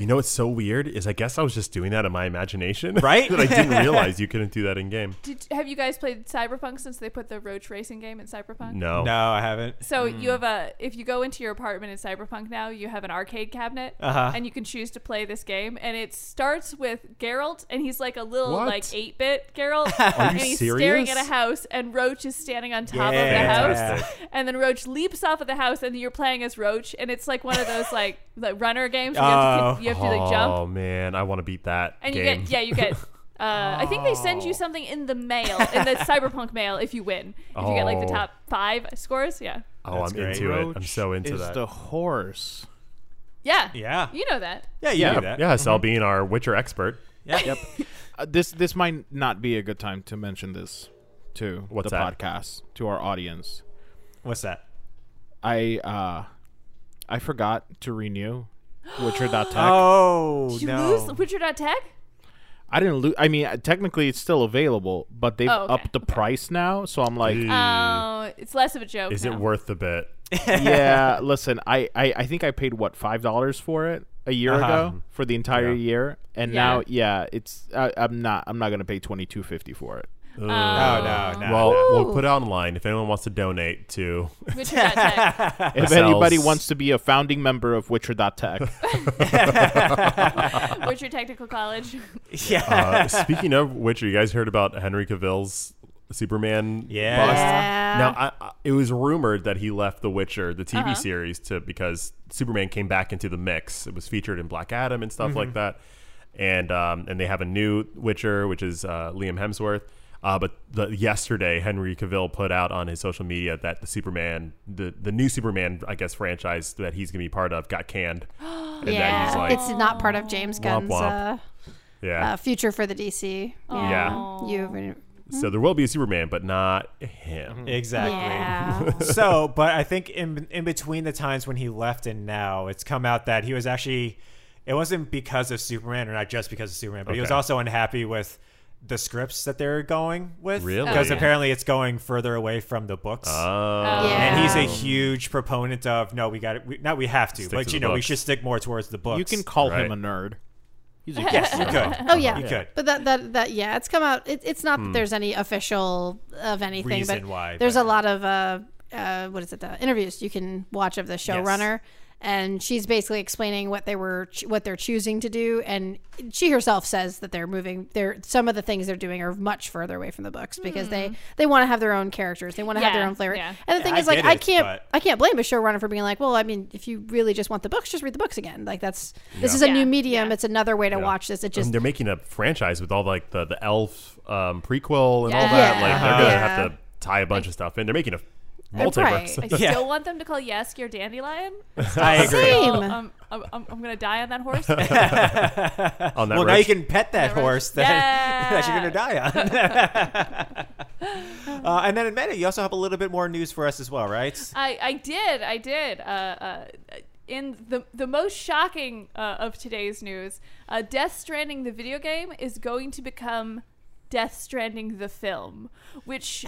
[SPEAKER 3] You know what's so weird is I guess I was just doing that in my imagination.
[SPEAKER 2] Right?
[SPEAKER 3] that I didn't realize you couldn't do that in game.
[SPEAKER 1] Did, have you guys played Cyberpunk since they put the roach racing game in Cyberpunk?
[SPEAKER 3] No.
[SPEAKER 2] No, I haven't.
[SPEAKER 1] So you have a if you go into your apartment in Cyberpunk now, you have an arcade cabinet
[SPEAKER 2] Uh-huh.
[SPEAKER 1] and you can choose to play this game and it starts with Geralt and he's like a little
[SPEAKER 3] What?
[SPEAKER 1] like 8-bit Geralt
[SPEAKER 3] you
[SPEAKER 1] and he's staring
[SPEAKER 3] serious?
[SPEAKER 1] at a house and Roach is standing on top of the house
[SPEAKER 2] Fantastic.
[SPEAKER 1] and then Roach leaps off of the house and you're playing as Roach and it's like one of those like the runner games where you have
[SPEAKER 2] Oh.
[SPEAKER 1] to, you have to like
[SPEAKER 3] Oh
[SPEAKER 1] jump
[SPEAKER 3] man, I want to beat that
[SPEAKER 1] and
[SPEAKER 3] game.
[SPEAKER 1] you get yeah, you get uh, I think they send
[SPEAKER 2] Oh.
[SPEAKER 1] you something in the mail, in the cyberpunk mail, if you win. If you get like the
[SPEAKER 3] Oh.
[SPEAKER 1] top five scores, yeah,
[SPEAKER 3] oh,
[SPEAKER 2] That's
[SPEAKER 3] I'm
[SPEAKER 2] great.
[SPEAKER 3] into it. I'm so into
[SPEAKER 5] is
[SPEAKER 3] that.
[SPEAKER 5] the horse.
[SPEAKER 1] yeah,
[SPEAKER 2] Yeah.
[SPEAKER 1] You know that.
[SPEAKER 2] Yeah, you
[SPEAKER 3] yeah,
[SPEAKER 2] do that.
[SPEAKER 3] yeah. Sal being our Witcher expert.
[SPEAKER 2] Yeah.
[SPEAKER 5] Uh, this this might not be a good time to mention this to
[SPEAKER 3] What's
[SPEAKER 5] the
[SPEAKER 3] that?
[SPEAKER 5] podcast to our audience.
[SPEAKER 2] What's that?
[SPEAKER 5] I uh I forgot to renew Witcher.tech.
[SPEAKER 2] Oh,
[SPEAKER 1] Did you
[SPEAKER 2] no.
[SPEAKER 1] lose Witcher.tech?
[SPEAKER 5] I didn't lose. I mean, uh, technically it's still available, but they've
[SPEAKER 1] Oh, okay,
[SPEAKER 5] upped the price now. So I'm like,
[SPEAKER 1] Oh, it's less of a joke.
[SPEAKER 3] is
[SPEAKER 1] now.
[SPEAKER 3] it worth the bit?
[SPEAKER 5] yeah, listen, I, I I think I paid what five dollars for it a year
[SPEAKER 3] Uh-huh.
[SPEAKER 5] ago for the entire year, and
[SPEAKER 1] Yeah.
[SPEAKER 5] now yeah, it's I, I'm not I'm not gonna pay twenty two fifty for it.
[SPEAKER 1] Uh,
[SPEAKER 2] Oh,
[SPEAKER 3] Ugh.
[SPEAKER 2] no, no.
[SPEAKER 3] well,
[SPEAKER 2] no.
[SPEAKER 3] we'll put it online if anyone wants to donate to.
[SPEAKER 1] Witcher.tech.
[SPEAKER 5] If
[SPEAKER 3] Sells.
[SPEAKER 5] anybody wants to be a founding member of Witcher.tech,
[SPEAKER 1] Witcher Technical College.
[SPEAKER 2] yeah.
[SPEAKER 3] Uh, speaking of Witcher, you guys heard about Henry Cavill's Superman?
[SPEAKER 2] Yeah.
[SPEAKER 3] bust?
[SPEAKER 4] Yeah. Uh-huh.
[SPEAKER 3] Now, I, I, it was rumored that he left The Witcher, the TV series, to because Superman came back into the mix. It was featured in Black Adam and stuff
[SPEAKER 4] Mm-hmm.
[SPEAKER 3] like that, and um, and they have a new Witcher, which is uh, Liam Hemsworth. Uh, but the, yesterday, Henry Cavill put out on his social media that the Superman, the, the new Superman, I guess franchise that he's gonna be part of, got canned. and that he's
[SPEAKER 4] yeah,
[SPEAKER 3] like,
[SPEAKER 4] it's not part of James Gunn's
[SPEAKER 3] womp.
[SPEAKER 4] Uh,
[SPEAKER 3] yeah.
[SPEAKER 4] uh, future for the DC.
[SPEAKER 3] Yeah.
[SPEAKER 4] You.
[SPEAKER 3] so there will be a Superman, but not him.
[SPEAKER 2] Exactly.
[SPEAKER 4] Yeah.
[SPEAKER 2] so, but I think in in between the times when he left and now, it's come out that he was actually it wasn't because of Superman or not just because of Superman, but he was
[SPEAKER 3] Okay.
[SPEAKER 2] also unhappy with the scripts that they're going with.
[SPEAKER 3] Really?
[SPEAKER 2] Because
[SPEAKER 1] Okay.
[SPEAKER 2] apparently it's going further away from the books.
[SPEAKER 1] Um,
[SPEAKER 3] Uh,
[SPEAKER 4] Yeah.
[SPEAKER 2] And he's a huge proponent of no, we got it. We, not we have to,
[SPEAKER 3] Stick
[SPEAKER 2] but
[SPEAKER 3] to
[SPEAKER 2] you
[SPEAKER 3] the
[SPEAKER 2] know we
[SPEAKER 3] books.
[SPEAKER 2] should stick more towards the books.
[SPEAKER 5] you can call
[SPEAKER 3] Right.
[SPEAKER 5] him a nerd. He's a
[SPEAKER 2] yes, you could.
[SPEAKER 4] Oh yeah.
[SPEAKER 2] You could.
[SPEAKER 4] But that that that yeah, it's come out. It, it's not that there's any official of anything,
[SPEAKER 2] Hmm. Reason
[SPEAKER 4] but
[SPEAKER 2] why,
[SPEAKER 4] there's
[SPEAKER 2] but-
[SPEAKER 4] a lot of uh, uh, what is it? The interviews you can watch of the showrunner. And she's basically explaining what they were, what they're choosing to do, and she herself says that they're moving. They're some of the things they're doing are much further away from the books because they they want to have their own characters, they want to have their
[SPEAKER 1] Hmm. Yeah,
[SPEAKER 4] own flavor.
[SPEAKER 1] yeah.
[SPEAKER 4] And the thing
[SPEAKER 2] I
[SPEAKER 4] is, like,
[SPEAKER 2] get
[SPEAKER 4] I
[SPEAKER 2] it,
[SPEAKER 4] can't,
[SPEAKER 2] but-
[SPEAKER 4] I can't blame a showrunner for being like, well, I mean, if you really just want the books, just read the books again. Like that's this is a
[SPEAKER 1] Yeah,
[SPEAKER 4] new medium.
[SPEAKER 1] yeah.
[SPEAKER 4] It's another way to watch this. It
[SPEAKER 3] I mean,
[SPEAKER 4] just
[SPEAKER 3] they're making a franchise with all like the the Elf um, prequel and all
[SPEAKER 1] Yeah.
[SPEAKER 3] that.
[SPEAKER 4] Yeah.
[SPEAKER 3] Like they're gonna
[SPEAKER 4] Uh-huh.
[SPEAKER 3] have to tie a bunch of stuff in. They're making a
[SPEAKER 4] Right.
[SPEAKER 3] multiverse.
[SPEAKER 1] I
[SPEAKER 2] Yeah.
[SPEAKER 1] still want them to call Yask your dandelion.
[SPEAKER 2] I agree.
[SPEAKER 4] Same.
[SPEAKER 1] Well, um, I'm, I'm, I'm gonna die on that horse.
[SPEAKER 3] on that
[SPEAKER 2] Well, now you
[SPEAKER 3] road.
[SPEAKER 2] can pet that
[SPEAKER 1] That roach.
[SPEAKER 2] horse that, that you're
[SPEAKER 1] Yeah.
[SPEAKER 2] going to die on. uh, and then in Meta, you also have a little bit more news for us as well, right?
[SPEAKER 1] I, I did. I did. Uh, uh, in the the most shocking uh, of today's news, uh, Death Stranding, the video game, is going to become Death Stranding, the film, which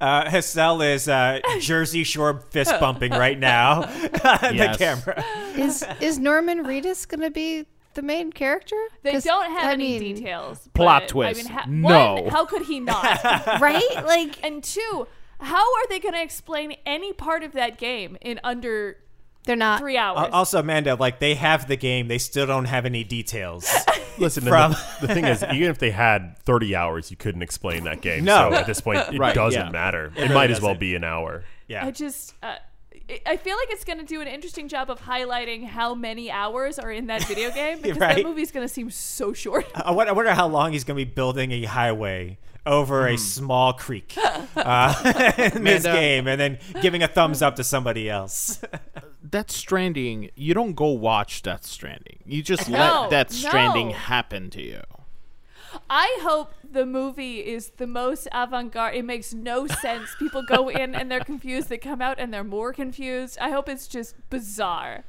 [SPEAKER 2] Uh, Hassel is uh, Jersey Shore fist bumping right now on the
[SPEAKER 5] Yes.
[SPEAKER 2] camera.
[SPEAKER 4] is is Norman Reedus gonna be the main character?
[SPEAKER 1] They
[SPEAKER 4] 'Cause,
[SPEAKER 1] don't have
[SPEAKER 4] I
[SPEAKER 1] any
[SPEAKER 4] mean,
[SPEAKER 1] details.
[SPEAKER 5] Plot
[SPEAKER 1] but, I
[SPEAKER 5] twist.
[SPEAKER 1] mean, ha-
[SPEAKER 5] No.
[SPEAKER 1] One, how could he not?
[SPEAKER 4] right? Like
[SPEAKER 1] and two, how are they going to explain any part of that game in under
[SPEAKER 4] they're not.
[SPEAKER 1] three hours?
[SPEAKER 2] Al- Uh, Also, Amanda, like they have the game, they still don't have any details.
[SPEAKER 3] Listen, the-
[SPEAKER 2] From-
[SPEAKER 3] the, thing is, even if they had 30 hours, you couldn't explain that game.
[SPEAKER 2] No.
[SPEAKER 3] So at this point, it
[SPEAKER 5] Right,
[SPEAKER 3] doesn't
[SPEAKER 5] yeah.
[SPEAKER 3] matter. It,
[SPEAKER 2] really
[SPEAKER 3] might as well
[SPEAKER 2] doesn't.
[SPEAKER 3] be an hour.
[SPEAKER 2] yeah,
[SPEAKER 1] I just. Uh, I- I feel like it's going to do an interesting job of highlighting how many hours are in that video game because
[SPEAKER 2] Right. Uh.
[SPEAKER 1] that movie's going to seem so short.
[SPEAKER 2] I wonder, I wonder how long he's going to be building a highway over
[SPEAKER 5] Hmm.
[SPEAKER 2] a small creek uh, in this
[SPEAKER 5] Amanda.
[SPEAKER 2] game, and then giving a thumbs up to somebody else.
[SPEAKER 5] Death Stranding, you don't go watch Death Stranding. You just
[SPEAKER 1] No,
[SPEAKER 5] let Death Stranding
[SPEAKER 1] no.
[SPEAKER 5] happen to you.
[SPEAKER 1] I hope the movie is the most avant garde. It makes no sense. People go in and they're confused. They come out and they're more confused. I hope it's just bizarre.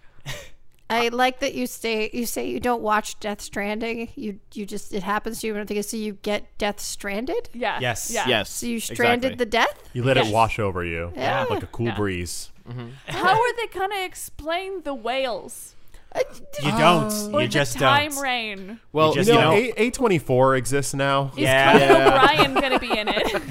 [SPEAKER 4] I like that you say you say you don't watch Death Stranding. You you just it happens to you. and I think so. You get Death Stranded.
[SPEAKER 1] Yeah.
[SPEAKER 2] Yes.
[SPEAKER 1] Yeah.
[SPEAKER 5] Yes.
[SPEAKER 4] So you stranded the death.
[SPEAKER 3] You let
[SPEAKER 1] Yes.
[SPEAKER 3] it wash over you
[SPEAKER 4] Yeah.
[SPEAKER 3] like a cool breeze.
[SPEAKER 1] How are they going to explain the whales
[SPEAKER 4] Uh,
[SPEAKER 2] You don't.
[SPEAKER 1] Oh. or
[SPEAKER 2] you
[SPEAKER 1] the
[SPEAKER 2] just
[SPEAKER 1] time
[SPEAKER 2] don't.
[SPEAKER 1] rain?
[SPEAKER 5] Well,
[SPEAKER 2] just
[SPEAKER 3] you
[SPEAKER 5] you
[SPEAKER 3] know,
[SPEAKER 5] know,
[SPEAKER 3] A- A24 exists now.
[SPEAKER 1] Is
[SPEAKER 2] Yeah.
[SPEAKER 1] Conan
[SPEAKER 5] Yeah.
[SPEAKER 1] O'Brien going to be in it?
[SPEAKER 2] If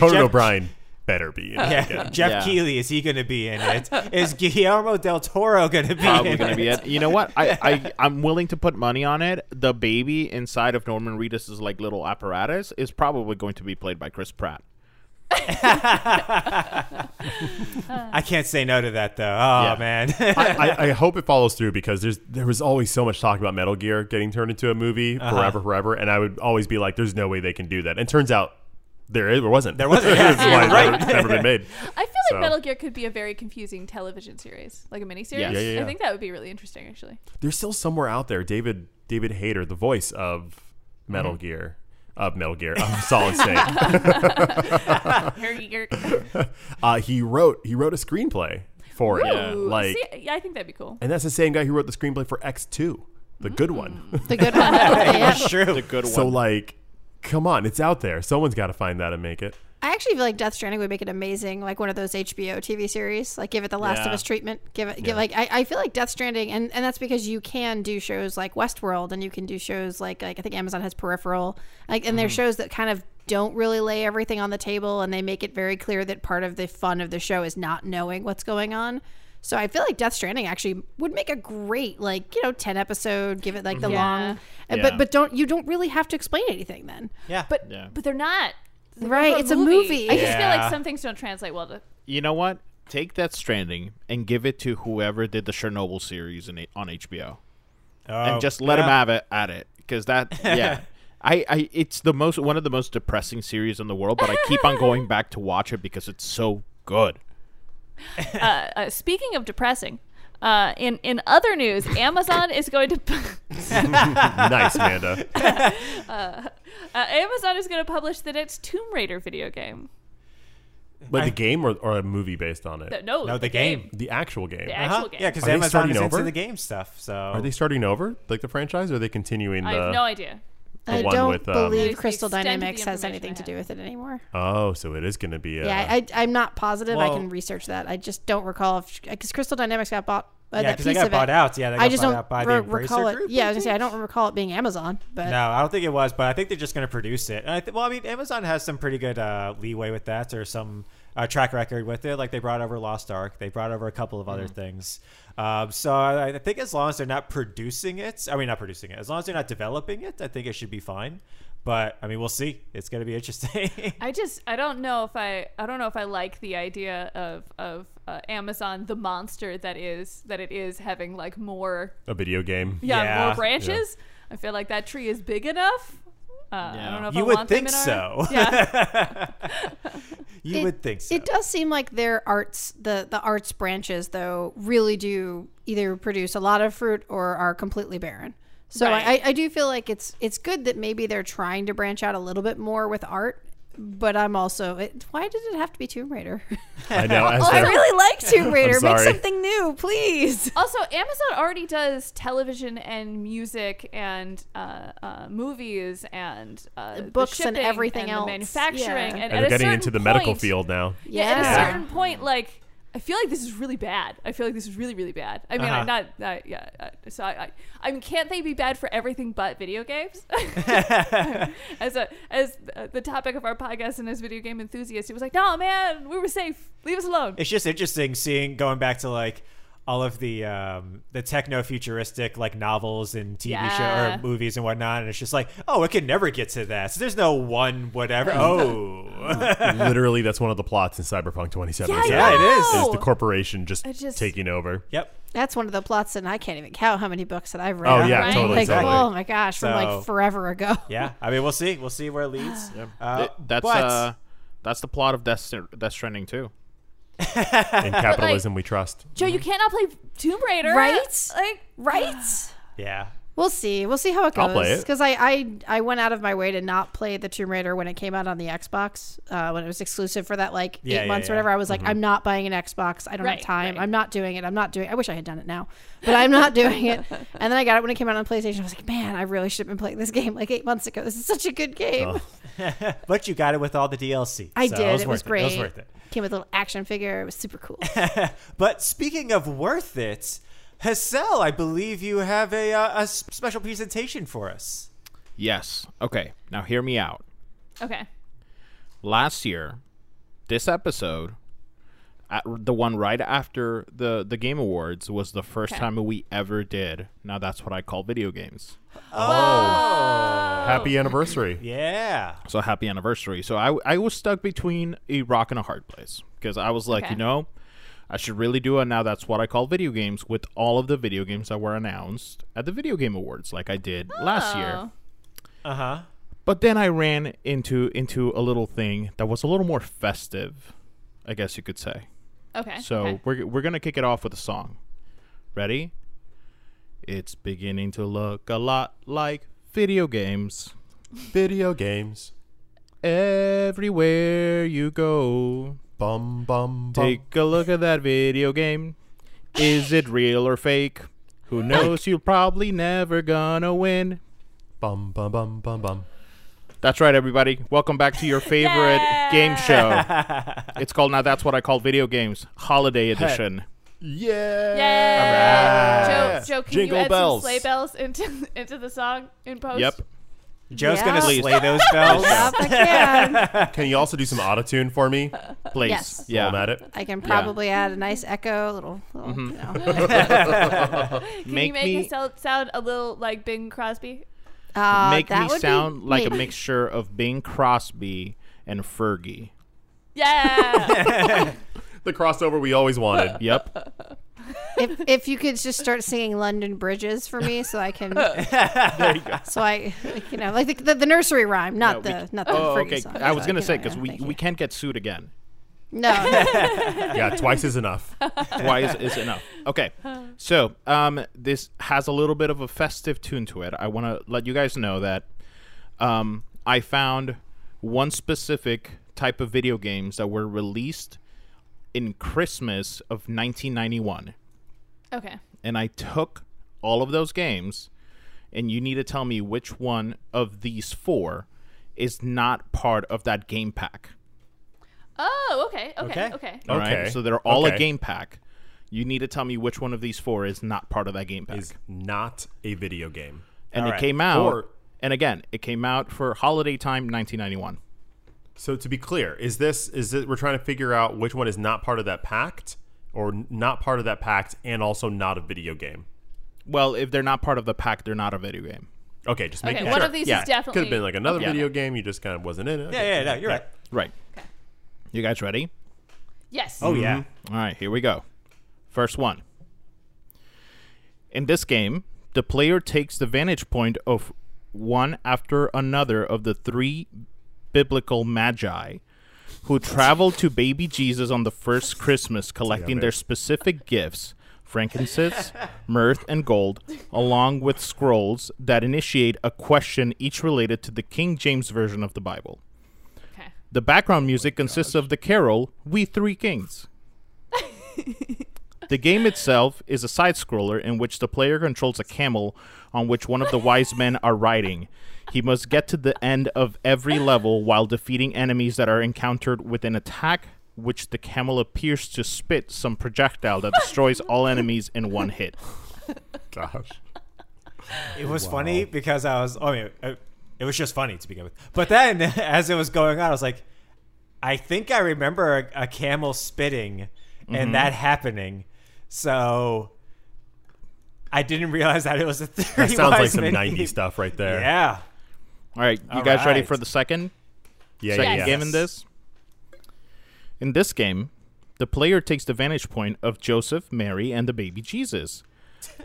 [SPEAKER 3] Conan
[SPEAKER 2] Jeff-
[SPEAKER 3] O'Brien better be in it.
[SPEAKER 2] Yeah, Jeff
[SPEAKER 5] Yeah.
[SPEAKER 2] Keeley is he going to be in it? Is Guillermo del Toro going to be
[SPEAKER 5] probably
[SPEAKER 2] in
[SPEAKER 5] going
[SPEAKER 2] it?
[SPEAKER 5] to be it. You know what? I, I I'm willing to put money on it. The baby inside of Norman Reedus's like little apparatus is probably going to be played by Chris Pratt.
[SPEAKER 2] I can't say no to that though. Oh
[SPEAKER 5] Yeah.
[SPEAKER 2] man.
[SPEAKER 3] I, I- I hope it follows through because there's there was always so much talk about Metal Gear getting turned into a movie forever, forever, and I would always be like, "There's no way they can do that." And turns out there is, there wasn't. There
[SPEAKER 2] wasn't.
[SPEAKER 3] it's why it's never been made.
[SPEAKER 1] I feel like
[SPEAKER 3] So-
[SPEAKER 1] Metal Gear could be a very confusing television series, like a miniseries.
[SPEAKER 5] Yes.
[SPEAKER 3] Yeah, yeah, yeah.
[SPEAKER 1] I think that would be really interesting, actually.
[SPEAKER 3] There's still somewhere out there. David David Hayter, the voice of Metal Gear, of Metal Gear, of Solid Snake. uh, he wrote he wrote a screenplay for it.
[SPEAKER 5] Yeah.
[SPEAKER 1] Ooh,
[SPEAKER 3] Like,
[SPEAKER 1] see, yeah, I think that'd be cool.
[SPEAKER 3] and that's the same guy who wrote the screenplay for X Two, the good
[SPEAKER 1] Mm.
[SPEAKER 3] one.
[SPEAKER 4] the good one. Yeah.
[SPEAKER 2] That's true.
[SPEAKER 5] The good one.
[SPEAKER 3] so like, come on, it's out there. Someone's got to find that and make it.
[SPEAKER 4] I actually feel like Death Stranding would make it amazing, like one of those HBO TV series. Like give it the Last of
[SPEAKER 5] Yeah.
[SPEAKER 4] Us treatment. Give it, give like I, I feel like Death Stranding, and and that's because you can do shows like Westworld, and you can do shows like like I think Amazon has Peripheral, like and
[SPEAKER 5] Mm-hmm.
[SPEAKER 4] they're shows that kind of don't really lay everything on the table, and they make it very clear that part of the fun of the show is not knowing what's going on. So I feel like Death Stranding actually would make a great like you know ten episode. Give it like the long,
[SPEAKER 5] Mm-hmm. Yeah.
[SPEAKER 4] but but don't you don't really have to explain anything then,
[SPEAKER 2] Yeah.
[SPEAKER 1] But
[SPEAKER 5] Yeah.
[SPEAKER 1] but they're not. They're
[SPEAKER 4] right?
[SPEAKER 1] for
[SPEAKER 4] It's a movie.
[SPEAKER 1] I just feel
[SPEAKER 2] Yeah.
[SPEAKER 1] like some things don't translate well to.
[SPEAKER 5] You know what? Take that Stranding and give it to whoever did the Chernobyl series in, on HBO,
[SPEAKER 2] Oh,
[SPEAKER 5] and just let
[SPEAKER 2] yeah.
[SPEAKER 5] him have it at it because that yeah. I, I it's the most one of the most depressing series in the world, but I keep on going back to watch it because it's so good.
[SPEAKER 1] Uh, uh, speaking of depressing, uh, in in other news, Amazon is going to uh,
[SPEAKER 3] nice, Amanda.
[SPEAKER 1] uh, Amazon is going to publish the next Tomb Raider video game.
[SPEAKER 3] Like the game or, or a movie based on it?
[SPEAKER 1] The- no,
[SPEAKER 2] No, the game.
[SPEAKER 3] The actual game.
[SPEAKER 1] The
[SPEAKER 2] Uh-huh.
[SPEAKER 1] actual game.
[SPEAKER 2] Yeah, because
[SPEAKER 3] Are they
[SPEAKER 2] Amazon
[SPEAKER 3] starting
[SPEAKER 2] is into
[SPEAKER 3] over?
[SPEAKER 2] the game stuff. So
[SPEAKER 3] Are they starting over, like the franchise, or are they continuing the?
[SPEAKER 1] I have no idea.
[SPEAKER 3] the
[SPEAKER 4] I
[SPEAKER 3] one
[SPEAKER 4] don't
[SPEAKER 3] with, um,
[SPEAKER 4] believe
[SPEAKER 1] It's the
[SPEAKER 4] Crystal
[SPEAKER 1] extent of the
[SPEAKER 4] Dynamics has
[SPEAKER 1] information
[SPEAKER 4] anything
[SPEAKER 1] I
[SPEAKER 4] to
[SPEAKER 1] have.
[SPEAKER 4] do with it anymore.
[SPEAKER 3] Oh, so it is going to be a.
[SPEAKER 4] yeah, I, I'm not positive. I
[SPEAKER 2] Well-
[SPEAKER 4] can research that. I just don't recall if because Crystal Dynamics got bought. Uh,
[SPEAKER 2] yeah,
[SPEAKER 4] that
[SPEAKER 2] because they
[SPEAKER 4] piece
[SPEAKER 2] got
[SPEAKER 4] of
[SPEAKER 2] bought
[SPEAKER 4] it.
[SPEAKER 2] out. Yeah, they got
[SPEAKER 4] I just
[SPEAKER 2] bought
[SPEAKER 4] don't
[SPEAKER 2] out by
[SPEAKER 4] re-
[SPEAKER 2] the Embracer
[SPEAKER 4] recall it.
[SPEAKER 2] Group,
[SPEAKER 4] Yeah, I
[SPEAKER 2] I
[SPEAKER 4] was gonna say I don't recall it being Amazon, but
[SPEAKER 2] No, I don't think it was, but I think they're just going to produce it. And I th- well, I mean, Amazon has some pretty good uh, leeway with that, or some uh, track record with it. Like they brought over Lost Ark, they brought over a couple of other things. Um, so I, I think as long as they're not producing it, I mean, not producing it, as long as they're not developing it, I think it should be fine. But I mean, we'll see. It's going to be interesting.
[SPEAKER 1] I just I don't know if I I don't know if I like the idea of of uh, Amazon the monster that is that it is having like more
[SPEAKER 3] a video game.
[SPEAKER 1] yeah,
[SPEAKER 2] Yeah.
[SPEAKER 1] more branches. I feel like that tree is big enough. Uh, I
[SPEAKER 5] Yeah.
[SPEAKER 1] don't know if
[SPEAKER 2] You
[SPEAKER 1] I
[SPEAKER 2] would
[SPEAKER 1] want them
[SPEAKER 2] think
[SPEAKER 1] in our-
[SPEAKER 2] so.
[SPEAKER 1] Yeah,
[SPEAKER 2] you
[SPEAKER 4] It-
[SPEAKER 2] would think so.
[SPEAKER 4] It does seem like their arts, the the arts branches, though, really do either produce a lot of fruit or are completely barren. So
[SPEAKER 1] Right.
[SPEAKER 4] I, I do feel like it's it's good that maybe they're trying to branch out a little bit more with art. But I'm also, it, why did it have to be Tomb Raider?
[SPEAKER 3] I know. As
[SPEAKER 4] Oh, I
[SPEAKER 3] they're-
[SPEAKER 4] really like Tomb Raider. Make
[SPEAKER 3] sorry.
[SPEAKER 4] something new, please.
[SPEAKER 1] Also, Amazon already does television and music and uh, uh, movies and uh, the
[SPEAKER 4] Books and
[SPEAKER 1] shipping
[SPEAKER 4] everything
[SPEAKER 1] and the
[SPEAKER 4] else.
[SPEAKER 1] manufacturing and,
[SPEAKER 4] Yeah.
[SPEAKER 3] and
[SPEAKER 1] at a
[SPEAKER 3] they're getting
[SPEAKER 1] certain
[SPEAKER 3] into the medical
[SPEAKER 1] point-
[SPEAKER 3] field now.
[SPEAKER 1] Yeah, at a certain point, like I feel like this is really bad. I feel like this is really really bad. I mean,
[SPEAKER 2] Uh-huh.
[SPEAKER 1] I'm not. Uh, yeah. Uh, so I, I, I mean, can't they be bad for everything but video games? as a as uh, the topic of our podcast and as video game enthusiasts, it was like, no man, we were safe. Leave us alone.
[SPEAKER 2] It's just interesting seeing going back to like all of the um, the techno futuristic like novels and TV
[SPEAKER 1] Yeah.
[SPEAKER 2] show or movies and whatnot, and it's just like, oh, it could never get to that. So there's no one whatever. Oh,
[SPEAKER 3] Literally, that's one of the plots in Cyberpunk 2077.
[SPEAKER 1] I
[SPEAKER 2] Yeah, it is.
[SPEAKER 1] know!
[SPEAKER 3] Is the corporation just,
[SPEAKER 1] I just-
[SPEAKER 3] taking over?
[SPEAKER 2] yep.
[SPEAKER 4] That's one of the plots, and I can't even count how many books that I've read.
[SPEAKER 3] Oh, yeah,
[SPEAKER 4] right?
[SPEAKER 3] totally,
[SPEAKER 4] Like,
[SPEAKER 3] totally.
[SPEAKER 4] oh my gosh, from
[SPEAKER 2] So-
[SPEAKER 4] like forever ago.
[SPEAKER 2] Yeah, I mean, we'll see. We'll see where it leads. Uh,
[SPEAKER 5] Th- that's
[SPEAKER 2] but-
[SPEAKER 5] uh, that's the plot of Death, Stra- Death Stranding too.
[SPEAKER 3] In capitalism, we trust.
[SPEAKER 1] Joe, you cannot play Tomb Raider,
[SPEAKER 4] Right?
[SPEAKER 1] Like,
[SPEAKER 4] Right?
[SPEAKER 2] yeah,
[SPEAKER 4] We'll see. We'll see how it
[SPEAKER 3] I'll play
[SPEAKER 4] goes.
[SPEAKER 3] it.
[SPEAKER 4] Because I, I, I went out of my way to not play the Tomb Raider when it came out on the Xbox, uh, when it was exclusive for that like
[SPEAKER 2] Yeah,
[SPEAKER 4] eight
[SPEAKER 2] yeah,
[SPEAKER 4] months
[SPEAKER 2] yeah.
[SPEAKER 4] or whatever. I was like,
[SPEAKER 3] Mm-hmm.
[SPEAKER 4] I'm not buying an Xbox. I don't
[SPEAKER 1] Right,
[SPEAKER 4] have time.
[SPEAKER 1] right.
[SPEAKER 4] I'm not doing it. I'm not doing. I wish I had done it now, but I'm not doing it. And then I got it when it came out on PlayStation. I was like, man, I really should have been playing this game like eight months ago. This is such a good game.
[SPEAKER 3] Oh.
[SPEAKER 2] but you got it with all the DLC.
[SPEAKER 4] I
[SPEAKER 2] so
[SPEAKER 4] did. It was,
[SPEAKER 2] worth
[SPEAKER 4] great.
[SPEAKER 2] It. was worth it.
[SPEAKER 4] Came with a little action figure. It was super cool.
[SPEAKER 2] But speaking of worth it, Hassel, I believe you have a uh, a s- special presentation for us.
[SPEAKER 5] Yes. Okay. Now hear me out.
[SPEAKER 1] okay.
[SPEAKER 5] Last year, this episode, at, the one right after the the Game Awards, was the first
[SPEAKER 1] Okay.
[SPEAKER 5] time we ever did. Now that's what I call video games.
[SPEAKER 1] oh.
[SPEAKER 3] Happy anniversary.
[SPEAKER 2] Yeah.
[SPEAKER 5] So happy anniversary. So I, I was stuck between a rock and a hard place because I was like,
[SPEAKER 1] Okay.
[SPEAKER 5] you know, I should really do it now. That's what I call video games with all of the video games that were announced at the Video Game Awards, like I did last year.
[SPEAKER 1] Oh.
[SPEAKER 2] Uh
[SPEAKER 5] Uh-huh.
[SPEAKER 2] huh.
[SPEAKER 5] But then I ran into into a little thing that was a little more festive, I guess you could say.
[SPEAKER 1] Okay.
[SPEAKER 5] So
[SPEAKER 1] Eh, okay.
[SPEAKER 5] we're we're gonna kick it off with a song. Ready? It's beginning to look a lot like video games.
[SPEAKER 3] Video games.
[SPEAKER 5] Everywhere you go,
[SPEAKER 3] Bum bum bum.
[SPEAKER 5] take a look at that video game. Is it real or fake? Who knows? You're probably never gonna win.
[SPEAKER 3] Bum bum bum bum bum.
[SPEAKER 5] That's right, everybody. Welcome back to your favorite
[SPEAKER 1] Yeah.
[SPEAKER 5] game show. It's called Now That's What I Call Video Games Holiday Edition.
[SPEAKER 3] Yeah.
[SPEAKER 1] Yeah.
[SPEAKER 3] Alright.
[SPEAKER 1] Joe, Joe, can
[SPEAKER 3] Jingle
[SPEAKER 1] you add
[SPEAKER 3] bells.
[SPEAKER 1] some sleigh bells into into the song in post?
[SPEAKER 5] Yep.
[SPEAKER 2] Joe's
[SPEAKER 4] Yeah.
[SPEAKER 2] gonna
[SPEAKER 4] Please.
[SPEAKER 2] slay those bells.
[SPEAKER 4] Yep, I can.
[SPEAKER 3] Can you also do some autotune for me? While
[SPEAKER 5] Place.
[SPEAKER 4] Yes.
[SPEAKER 5] Yeah. Mm-hmm.
[SPEAKER 3] I'm at it.
[SPEAKER 4] I can probably add a nice echo, a little, little you know.
[SPEAKER 1] Can
[SPEAKER 5] Make
[SPEAKER 1] you make
[SPEAKER 5] me-
[SPEAKER 1] it sound, sound a little like Bing Crosby?
[SPEAKER 4] Uh,
[SPEAKER 5] Make
[SPEAKER 4] that
[SPEAKER 5] me
[SPEAKER 4] would be
[SPEAKER 5] sound like a
[SPEAKER 4] me.
[SPEAKER 5] mixture of Bing Crosby and Fergie.
[SPEAKER 1] Yeah.
[SPEAKER 3] The crossover we always wanted.
[SPEAKER 5] Yep.
[SPEAKER 4] If, if you could just start singing London Bridges for me, so I can. So I, you know, like the, the, the nursery rhyme, not
[SPEAKER 5] No, we-
[SPEAKER 4] the not the.
[SPEAKER 5] oh,
[SPEAKER 4] Fergie
[SPEAKER 5] okay.
[SPEAKER 4] song,
[SPEAKER 5] I was
[SPEAKER 4] so,
[SPEAKER 5] gonna
[SPEAKER 4] you
[SPEAKER 5] say
[SPEAKER 4] know,
[SPEAKER 5] because
[SPEAKER 4] yeah,
[SPEAKER 5] we,
[SPEAKER 4] thank
[SPEAKER 5] we
[SPEAKER 4] you.
[SPEAKER 5] can't get sued again.
[SPEAKER 4] No, no.
[SPEAKER 3] Yeah, twice is enough.
[SPEAKER 5] Why is, is enough? Okay. So um, this has a little bit of a festive tune to it. I want to let you guys know that um, I found one specific type of video games that were released in Christmas of 1991.
[SPEAKER 1] okay.
[SPEAKER 5] and I took all of those games, and you need to tell me which one of these four is not part of that game pack.
[SPEAKER 1] Oh, okay. Okay.
[SPEAKER 2] Okay.
[SPEAKER 1] Okay.
[SPEAKER 5] All right,
[SPEAKER 3] Okay.
[SPEAKER 5] So they're all
[SPEAKER 3] Okay.
[SPEAKER 5] a game pack. You need to tell me which one of these four is not part of that game pack.
[SPEAKER 3] Is not a video game.
[SPEAKER 5] and
[SPEAKER 2] all
[SPEAKER 5] it
[SPEAKER 2] right.
[SPEAKER 5] came out.
[SPEAKER 3] Or-
[SPEAKER 5] and again, it came out for holiday time 1991.
[SPEAKER 3] So to be clear, is this is it? We're trying to figure out which one is not part of that pact, or n- not part of that pact, and also not a video game.
[SPEAKER 5] Well, if they're not part of the pack, they're not a video game.
[SPEAKER 3] Okay, just make
[SPEAKER 1] Okay.
[SPEAKER 3] it
[SPEAKER 1] One of these
[SPEAKER 5] Yeah.
[SPEAKER 1] is
[SPEAKER 5] Could have
[SPEAKER 1] definitely.
[SPEAKER 3] could have been like another
[SPEAKER 5] Yeah.
[SPEAKER 3] video game. You just kind of wasn't in it.
[SPEAKER 2] Yeah, yeah, no, you're right.
[SPEAKER 5] Right. You guys ready?
[SPEAKER 1] Yes.
[SPEAKER 3] Mm-hmm.
[SPEAKER 2] Oh yeah.
[SPEAKER 5] All right, here we go. First one. In this game, the player takes the vantage point of one after another of the three biblical magi who traveled to baby Jesus on the first Christmas, collecting their specific gifts frankincense, mirth, and gold, along with scrolls that initiate a question each related to the King James Version of the Bible.
[SPEAKER 1] Okay.
[SPEAKER 5] The background music consists of the carol We Three Kings. the game itself is a side scroller in which the player controls a camel on which one of the wise men are riding. He must get to the end of every level while defeating enemies that are encountered with an attack which the camel appears to spit some projectile that destroys all enemies in one hit.
[SPEAKER 3] Gosh.
[SPEAKER 2] It was funny because I was. I mean, uh, it was just funny to begin with. But then, as it was going on, I was like, I think I remember a, a camel spitting and
[SPEAKER 3] Mm-hmm.
[SPEAKER 2] that happening. So I didn't realize that it was a theory.
[SPEAKER 3] That sounds like
[SPEAKER 2] wise
[SPEAKER 3] some
[SPEAKER 2] menu.
[SPEAKER 3] 90s stuff right there.
[SPEAKER 2] Yeah.
[SPEAKER 5] All right, you
[SPEAKER 2] All
[SPEAKER 5] guys ready
[SPEAKER 2] right.
[SPEAKER 5] for the second
[SPEAKER 3] Yeah,
[SPEAKER 5] second
[SPEAKER 3] yeah.
[SPEAKER 5] game in this. In this game, the player takes the vantage point of Joseph, Mary, and the baby Jesus,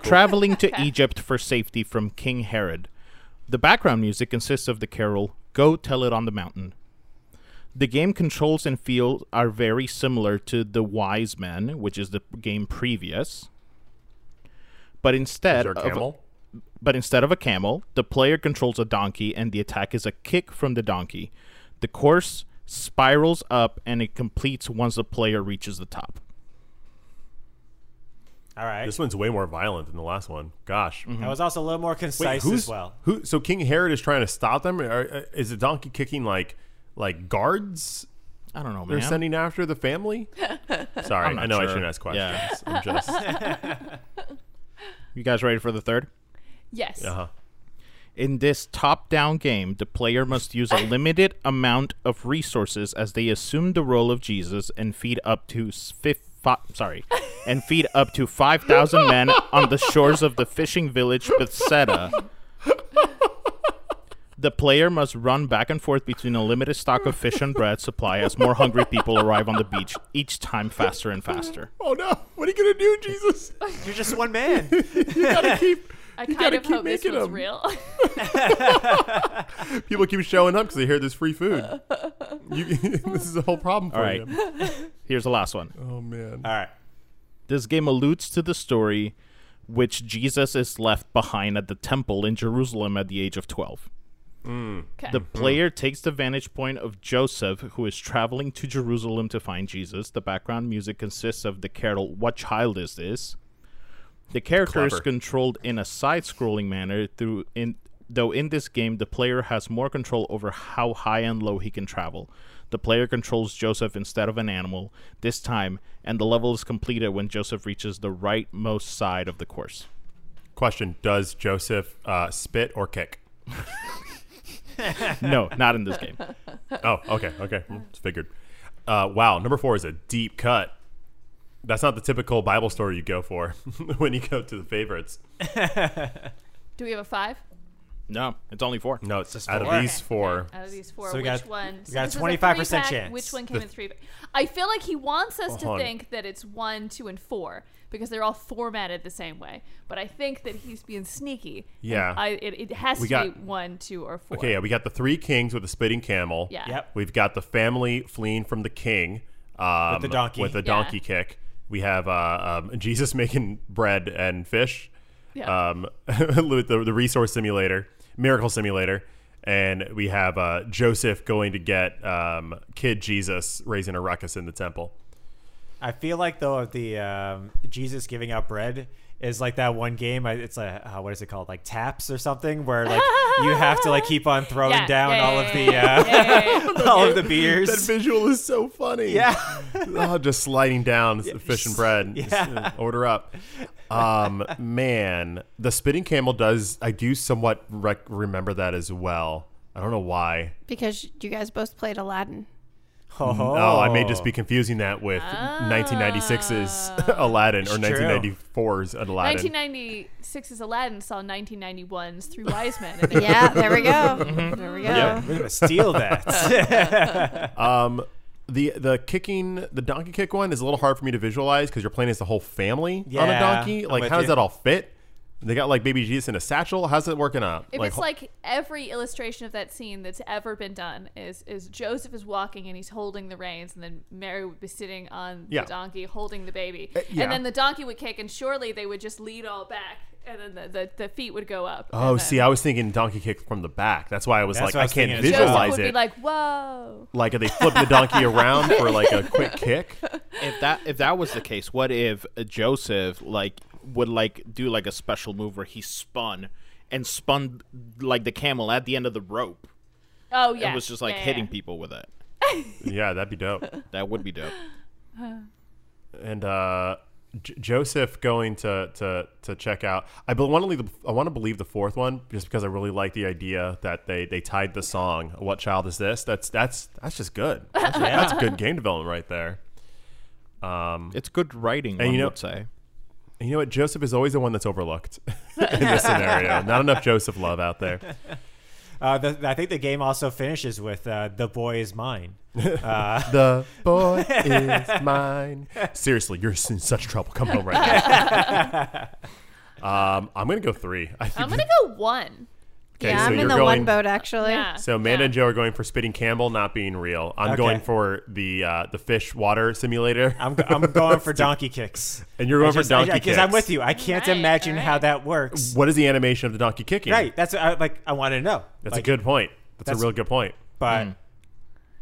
[SPEAKER 5] traveling to Egypt for safety from King Herod. The background music consists of the carol "Go Tell It on the Mountain." The game controls and feel are very similar to The Wise Men, which is the game previous. But
[SPEAKER 3] Is
[SPEAKER 5] instead
[SPEAKER 3] there a
[SPEAKER 5] of-
[SPEAKER 3] camel?
[SPEAKER 5] but instead of a camel, the player controls a donkey and the attack is a kick from the donkey. The course spirals up and it completes once the player reaches the top.
[SPEAKER 2] All right.
[SPEAKER 3] This one's way more violent than the last one. Gosh.
[SPEAKER 1] Mm-hmm.
[SPEAKER 2] I was also a little more concise as well.
[SPEAKER 3] Who? So King Herod is trying to stop them. Or, uh, is the donkey kicking like like guards?
[SPEAKER 5] I don't know,
[SPEAKER 3] They're
[SPEAKER 5] man.
[SPEAKER 3] sending after the family. Sorry,
[SPEAKER 5] I'm not
[SPEAKER 3] I know I
[SPEAKER 5] sure.
[SPEAKER 3] shouldn't ask questions.
[SPEAKER 5] Yeah.
[SPEAKER 3] I'm just uh
[SPEAKER 5] you guys ready for the third?
[SPEAKER 1] Yes.
[SPEAKER 3] huh.
[SPEAKER 5] In this top down game, the player must use a limited amount of resources as they assume the role of Jesus and feed up to s- fif- fi- sorry, and feed up to 5,000 men on the shores of the fishing village Bethsaida. The player must run back and forth between a limited stock of fish and bread supply as more hungry people arrive on the beach, each time faster and faster.
[SPEAKER 3] Oh no! What are you gonna do, Jesus?
[SPEAKER 2] You're just one man.
[SPEAKER 1] I kind
[SPEAKER 3] gotta
[SPEAKER 1] of
[SPEAKER 3] keep
[SPEAKER 1] hope this
[SPEAKER 3] making
[SPEAKER 1] was
[SPEAKER 3] them.
[SPEAKER 1] real.
[SPEAKER 3] People keep showing up because they hear there's free food. You, this is a whole problem for
[SPEAKER 5] All right.
[SPEAKER 3] them.
[SPEAKER 5] Here's the last one.
[SPEAKER 3] Oh man.
[SPEAKER 2] All right.
[SPEAKER 5] This game alludes to the story which Jesus is left behind at the temple in Jerusalem at the age of 12.
[SPEAKER 1] Okay.
[SPEAKER 5] The
[SPEAKER 3] Mm-hmm.
[SPEAKER 5] player takes the vantage point of Joseph, who is traveling to Jerusalem to find Jesus. The background music consists of the carol What Child Is This? The character is
[SPEAKER 3] Clever.
[SPEAKER 5] controlled in a side scrolling manner through in though in this game the player has more control over how high and low he can travel. The player controls Joseph instead of an animal this time, and the level is completed when Joseph reaches the rightmost side of the course.
[SPEAKER 3] Question: Does Joseph uh, spit or kick?
[SPEAKER 5] No, not in this game.
[SPEAKER 3] Oh, okay, okay. Mm, It's figured. Uh, wow, number four is a deep cut. That's not the typical Bible story you go for when you go to the favorites.
[SPEAKER 1] Do we have a five?
[SPEAKER 5] No, it's only four.
[SPEAKER 3] No, it's just
[SPEAKER 2] four.
[SPEAKER 3] out of
[SPEAKER 2] Okay.
[SPEAKER 3] these four.
[SPEAKER 1] Out of these four,
[SPEAKER 2] So we
[SPEAKER 1] which
[SPEAKER 2] got-
[SPEAKER 1] one?
[SPEAKER 2] we got
[SPEAKER 1] this is a
[SPEAKER 2] 25%
[SPEAKER 1] three-pack.
[SPEAKER 2] chance.
[SPEAKER 1] Which one came in three? pack? I feel like he wants us to
[SPEAKER 3] Hold on.
[SPEAKER 1] think that it's one, two, and four because they're all formatted the same way. But I think that he's being sneaky. and
[SPEAKER 3] Yeah.
[SPEAKER 1] I, it, it has
[SPEAKER 3] We
[SPEAKER 1] to
[SPEAKER 3] got-
[SPEAKER 1] be one, two, or four.
[SPEAKER 3] Okay, yeah, we got the three kings with the spitting camel.
[SPEAKER 1] Yeah.
[SPEAKER 2] Yep.
[SPEAKER 3] We've got the family fleeing from the king um,
[SPEAKER 2] the donkey.
[SPEAKER 3] with the donkey kick. We have uh, um, Jesus making bread and fish.
[SPEAKER 1] Yeah.
[SPEAKER 3] Um, with the, the resource simulator, miracle simulator, and we have uh, Joseph going to get um, kid Jesus raising a ruckus in the temple.
[SPEAKER 2] I feel like though the um, Jesus giving out bread is like that one game. I, it's a uh, what is it called? Like taps or something, where like you have to like keep on throwing
[SPEAKER 1] Yeah,
[SPEAKER 2] down
[SPEAKER 1] yeah,
[SPEAKER 2] all
[SPEAKER 1] yeah,
[SPEAKER 2] of the
[SPEAKER 1] yeah,
[SPEAKER 2] uh,
[SPEAKER 1] yeah, yeah, yeah, yeah.
[SPEAKER 2] all of the
[SPEAKER 3] That
[SPEAKER 2] beers.
[SPEAKER 3] visual is so funny.
[SPEAKER 2] Yeah.
[SPEAKER 3] oh, just sliding down the fish and bread. Just,
[SPEAKER 2] Yeah.
[SPEAKER 3] uh, order up. Um, man, the spitting camel does. I do somewhat rec- remember that as well. I don't know why.
[SPEAKER 4] because you guys both played Aladdin.
[SPEAKER 2] Oh, Ah.
[SPEAKER 3] Oh, I may just be confusing that with 1996's Aladdin or
[SPEAKER 2] It's true.
[SPEAKER 3] 1994's Aladdin.
[SPEAKER 1] 1996's Aladdin saw 1991's Three Wise Men. And they-
[SPEAKER 4] Yeah, there we go.
[SPEAKER 5] Mm-hmm.
[SPEAKER 4] There we go.
[SPEAKER 2] We're gonna steal that.
[SPEAKER 3] Um, the the kicking the donkey kick one is a little hard for me to visualize because you're playing as the whole family on a
[SPEAKER 2] Yeah,
[SPEAKER 3] donkey.
[SPEAKER 2] I'm
[SPEAKER 3] Like,
[SPEAKER 2] with
[SPEAKER 3] how does
[SPEAKER 2] you.
[SPEAKER 3] that all fit? They got like baby Jesus in a satchel. How's it working out?
[SPEAKER 1] If it's
[SPEAKER 3] ho-
[SPEAKER 1] like every illustration of that scene that's ever been done is is Joseph is walking and he's holding the reins, and then Mary would be sitting on
[SPEAKER 3] Yeah. Uh,
[SPEAKER 1] the donkey holding the baby,
[SPEAKER 3] yeah.
[SPEAKER 1] and then the donkey would kick, and surely they would just lead all back, and then the, the, the feet would go up.
[SPEAKER 3] Oh, see, I was thinking donkey kick from the back. That's why I was
[SPEAKER 2] That's
[SPEAKER 3] like,
[SPEAKER 2] what
[SPEAKER 3] I,
[SPEAKER 2] I was
[SPEAKER 3] can't
[SPEAKER 2] thinking as well.
[SPEAKER 1] Joseph
[SPEAKER 3] visualize
[SPEAKER 1] would be
[SPEAKER 3] it. Like,
[SPEAKER 1] like, "Whoa!"
[SPEAKER 3] are they flipping the donkey around for like a quick kick?
[SPEAKER 5] if that if that was the case, what if uh, Joseph like would like do like a special move where he spun and spun like the camel at the end of the rope
[SPEAKER 1] Oh
[SPEAKER 5] and
[SPEAKER 1] yeah,
[SPEAKER 5] was just
[SPEAKER 1] Oh,
[SPEAKER 5] like
[SPEAKER 1] Yeah, yeah,
[SPEAKER 5] hitting
[SPEAKER 1] yeah.
[SPEAKER 5] people with it?
[SPEAKER 3] yeah, that'd be dope.
[SPEAKER 5] That would be dope.
[SPEAKER 3] and uh, J- Joseph going to to to check out. I want to leave. The, I want to believe the fourth one just because I really like the idea that they they tied the song. What child is this? That's that's that's just good. That's, that's good game development right there. Um,
[SPEAKER 5] It's good writing.
[SPEAKER 3] And
[SPEAKER 5] one
[SPEAKER 3] you know-
[SPEAKER 5] would say.
[SPEAKER 3] and you know what? Joseph is always the one that's overlooked in this scenario. Not enough Joseph love out there.
[SPEAKER 2] Uh, the, I think the game also finishes with uh, "The boy is mine."
[SPEAKER 3] The boy is mine. Seriously, you're in such trouble. Come home right now. um, I'm gonna go three. I think
[SPEAKER 1] I'm gonna go one.
[SPEAKER 3] Okay,
[SPEAKER 4] yeah,
[SPEAKER 3] so
[SPEAKER 4] I'm in
[SPEAKER 3] you're
[SPEAKER 4] the
[SPEAKER 3] going-
[SPEAKER 4] one boat actually.
[SPEAKER 1] Yeah.
[SPEAKER 3] So Amanda
[SPEAKER 1] yeah.
[SPEAKER 3] and Joe are going for Spitting Campbell not being real. I'm
[SPEAKER 2] Okay.
[SPEAKER 3] going for the uh, the fish water simulator,
[SPEAKER 2] I'm, I'm going for donkey kicks.
[SPEAKER 3] and you're going
[SPEAKER 2] I just-
[SPEAKER 3] for donkey
[SPEAKER 2] I-
[SPEAKER 3] kicks.
[SPEAKER 2] I'm with you. I can't
[SPEAKER 1] Right,
[SPEAKER 2] imagine how
[SPEAKER 1] right.
[SPEAKER 2] that works.
[SPEAKER 3] What is the animation of the donkey kicking?
[SPEAKER 2] Right. That's what I, like. I want to know.
[SPEAKER 3] That's
[SPEAKER 2] Like,
[SPEAKER 3] a good point. That's,
[SPEAKER 2] That's-
[SPEAKER 3] a real good point.
[SPEAKER 2] But
[SPEAKER 3] Hmm.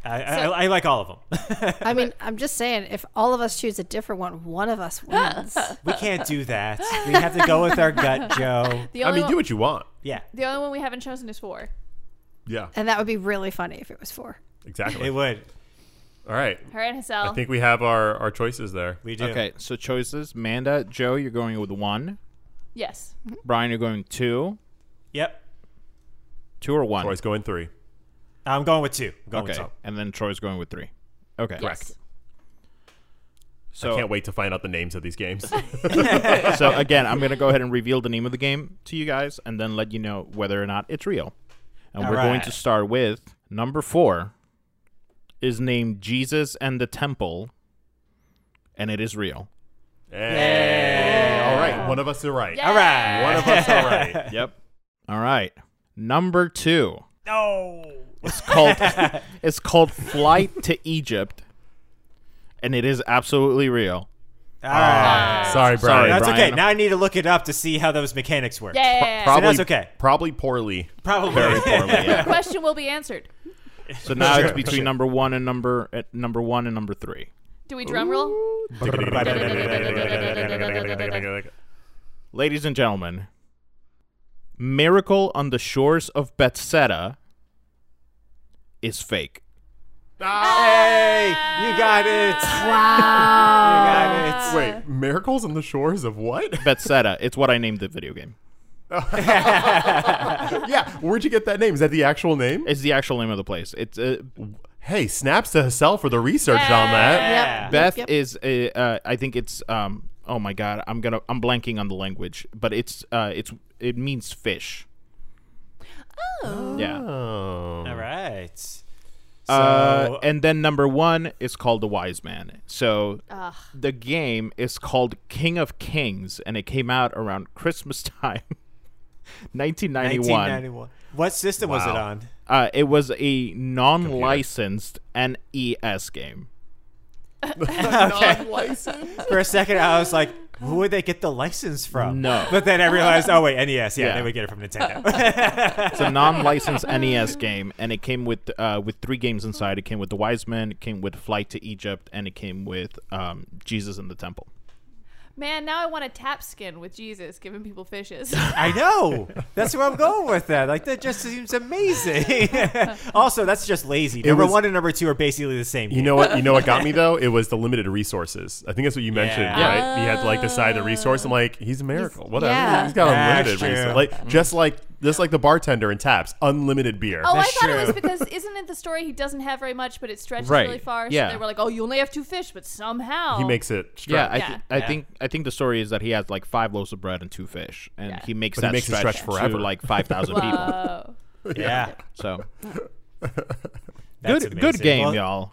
[SPEAKER 2] I, I, I like all of them.
[SPEAKER 4] I mean, I'm just saying, if all of us choose a different one, one of us wins.
[SPEAKER 2] We can't do that. We have to go with our gut, Joe.
[SPEAKER 1] The
[SPEAKER 3] I
[SPEAKER 1] only
[SPEAKER 3] mean, do
[SPEAKER 1] one,
[SPEAKER 3] what you want.
[SPEAKER 2] Yeah,
[SPEAKER 1] the only one we haven't chosen is four.
[SPEAKER 3] Yeah,
[SPEAKER 4] and that would be really funny if it was four.
[SPEAKER 3] exactly.
[SPEAKER 2] it would.
[SPEAKER 3] All right.
[SPEAKER 1] Her and
[SPEAKER 3] I
[SPEAKER 1] Hassel.
[SPEAKER 3] think we have our, our choices there.
[SPEAKER 2] We do.
[SPEAKER 5] Okay, so choices: Manda, Joe, you're going with one.
[SPEAKER 1] yes.
[SPEAKER 5] Brian, you're going two,
[SPEAKER 2] Yep.
[SPEAKER 5] two or one.
[SPEAKER 3] Troy's going three.
[SPEAKER 2] I'm going with two. I'm going
[SPEAKER 5] okay,
[SPEAKER 2] with two.
[SPEAKER 5] and then Troy's going with three. Okay,
[SPEAKER 1] Correct.
[SPEAKER 5] So,
[SPEAKER 2] Oh.
[SPEAKER 3] I can't wait to find out the names of these games.
[SPEAKER 5] so again, I'm gonna go ahead and reveal the name of the game to you guys, and then let you know whether or not it's real. And
[SPEAKER 2] All
[SPEAKER 5] we're going
[SPEAKER 2] right.
[SPEAKER 5] to start with number four. Is named Jesus and the Temple, and it is real.
[SPEAKER 3] hey. All right. One of us are right.
[SPEAKER 1] All right.
[SPEAKER 3] One of us are right.
[SPEAKER 5] Yep. All right. Number two.
[SPEAKER 2] No.
[SPEAKER 5] It's called it's called Flight to Egypt, and it is absolutely real.
[SPEAKER 2] All right.
[SPEAKER 3] Sorry, Brian.
[SPEAKER 2] That's
[SPEAKER 5] Brian.
[SPEAKER 2] okay. Now I need to look it up to see how those mechanics work.
[SPEAKER 1] Yeah.
[SPEAKER 2] So that's okay.
[SPEAKER 3] Probably poorly.
[SPEAKER 2] Probably.
[SPEAKER 5] Very poorly. yeah.
[SPEAKER 1] Question will be answered.
[SPEAKER 5] So now
[SPEAKER 2] Sure,
[SPEAKER 5] it's between
[SPEAKER 2] sure.
[SPEAKER 5] number one and number uh, number one and number three.
[SPEAKER 1] Do we drum roll?
[SPEAKER 5] Ladies and gentlemen, Miracle on the Shores of Bethsaida is fake.
[SPEAKER 2] Hey, you got it. Wow. you got it.
[SPEAKER 3] Wait, miracles on the shores of what?
[SPEAKER 5] Bethsaida. it's what I named the video game.
[SPEAKER 3] yeah, where'd you get that name? Is that the actual name?
[SPEAKER 5] It's the actual name of the place. It's uh,
[SPEAKER 3] hey, snaps to herself for the research on that.
[SPEAKER 2] Yeah.
[SPEAKER 5] Beth
[SPEAKER 4] Yep.
[SPEAKER 5] is a, uh, I think it's um oh my god I'm gonna I'm blanking on the language but it's uh it's it means fish. Oh. Yeah.
[SPEAKER 3] Oh.
[SPEAKER 2] All right. So,
[SPEAKER 5] Uh, and then number one is called the Wise Man. So the game is called King of Kings, and it came out around Christmas time, 1991.
[SPEAKER 2] 1991. What system was it
[SPEAKER 3] Wow.
[SPEAKER 2] on?
[SPEAKER 5] Uh, it was a non-licensed NES game.
[SPEAKER 3] Non-licensed?
[SPEAKER 2] For a second, I was like, who would they get the license from?
[SPEAKER 5] No.
[SPEAKER 2] But then I realized, oh, wait, NES. Yeah,
[SPEAKER 5] Yeah.
[SPEAKER 2] they would get it from Nintendo.
[SPEAKER 5] It's a non-licensed NES game, and it came with uh, with three games inside. It came with the Wise Men, it came with Flight to Egypt, and it came with um, Jesus in the Temple.
[SPEAKER 1] Man, now I want a tap skin with Jesus giving people fishes. Oh,
[SPEAKER 2] I know. That's where I'm going with that. Like, that just seems amazing. also, that's just lazy. Number
[SPEAKER 3] was-
[SPEAKER 2] one and number two are basically the same.
[SPEAKER 3] You know what? You know what got me though? It was the limited resources. I think that's what you mentioned,
[SPEAKER 2] Yeah.
[SPEAKER 3] right? He had to like decide the resource. I'm like, he's a miracle. Whatever.
[SPEAKER 4] yeah.
[SPEAKER 3] He's got
[SPEAKER 2] That's
[SPEAKER 3] unlimited
[SPEAKER 2] true.
[SPEAKER 3] resources. Like just like just like the bartender in taps, unlimited beer.
[SPEAKER 1] Oh, I
[SPEAKER 2] That's
[SPEAKER 1] thought it was
[SPEAKER 2] true.
[SPEAKER 1] because isn't it the story he doesn't have very much, but it stretches
[SPEAKER 5] Right.
[SPEAKER 1] really far. So
[SPEAKER 5] Yeah.
[SPEAKER 1] they were like, "Oh, you only have two fish, but somehow
[SPEAKER 3] He makes it. Stretch.
[SPEAKER 5] Yeah, I,
[SPEAKER 1] Yeah.
[SPEAKER 5] thi- I think I think the story is that he has like five loaves of bread and two fish, and
[SPEAKER 1] Yeah.
[SPEAKER 5] he makes
[SPEAKER 3] But he
[SPEAKER 5] that
[SPEAKER 3] makes it
[SPEAKER 5] stretch,
[SPEAKER 3] stretch forever.
[SPEAKER 5] to like five thousand people.
[SPEAKER 1] Whoa.
[SPEAKER 2] Yeah.
[SPEAKER 5] So
[SPEAKER 2] That's
[SPEAKER 5] good good
[SPEAKER 2] amazing.
[SPEAKER 5] game,
[SPEAKER 2] Well,
[SPEAKER 5] y'all.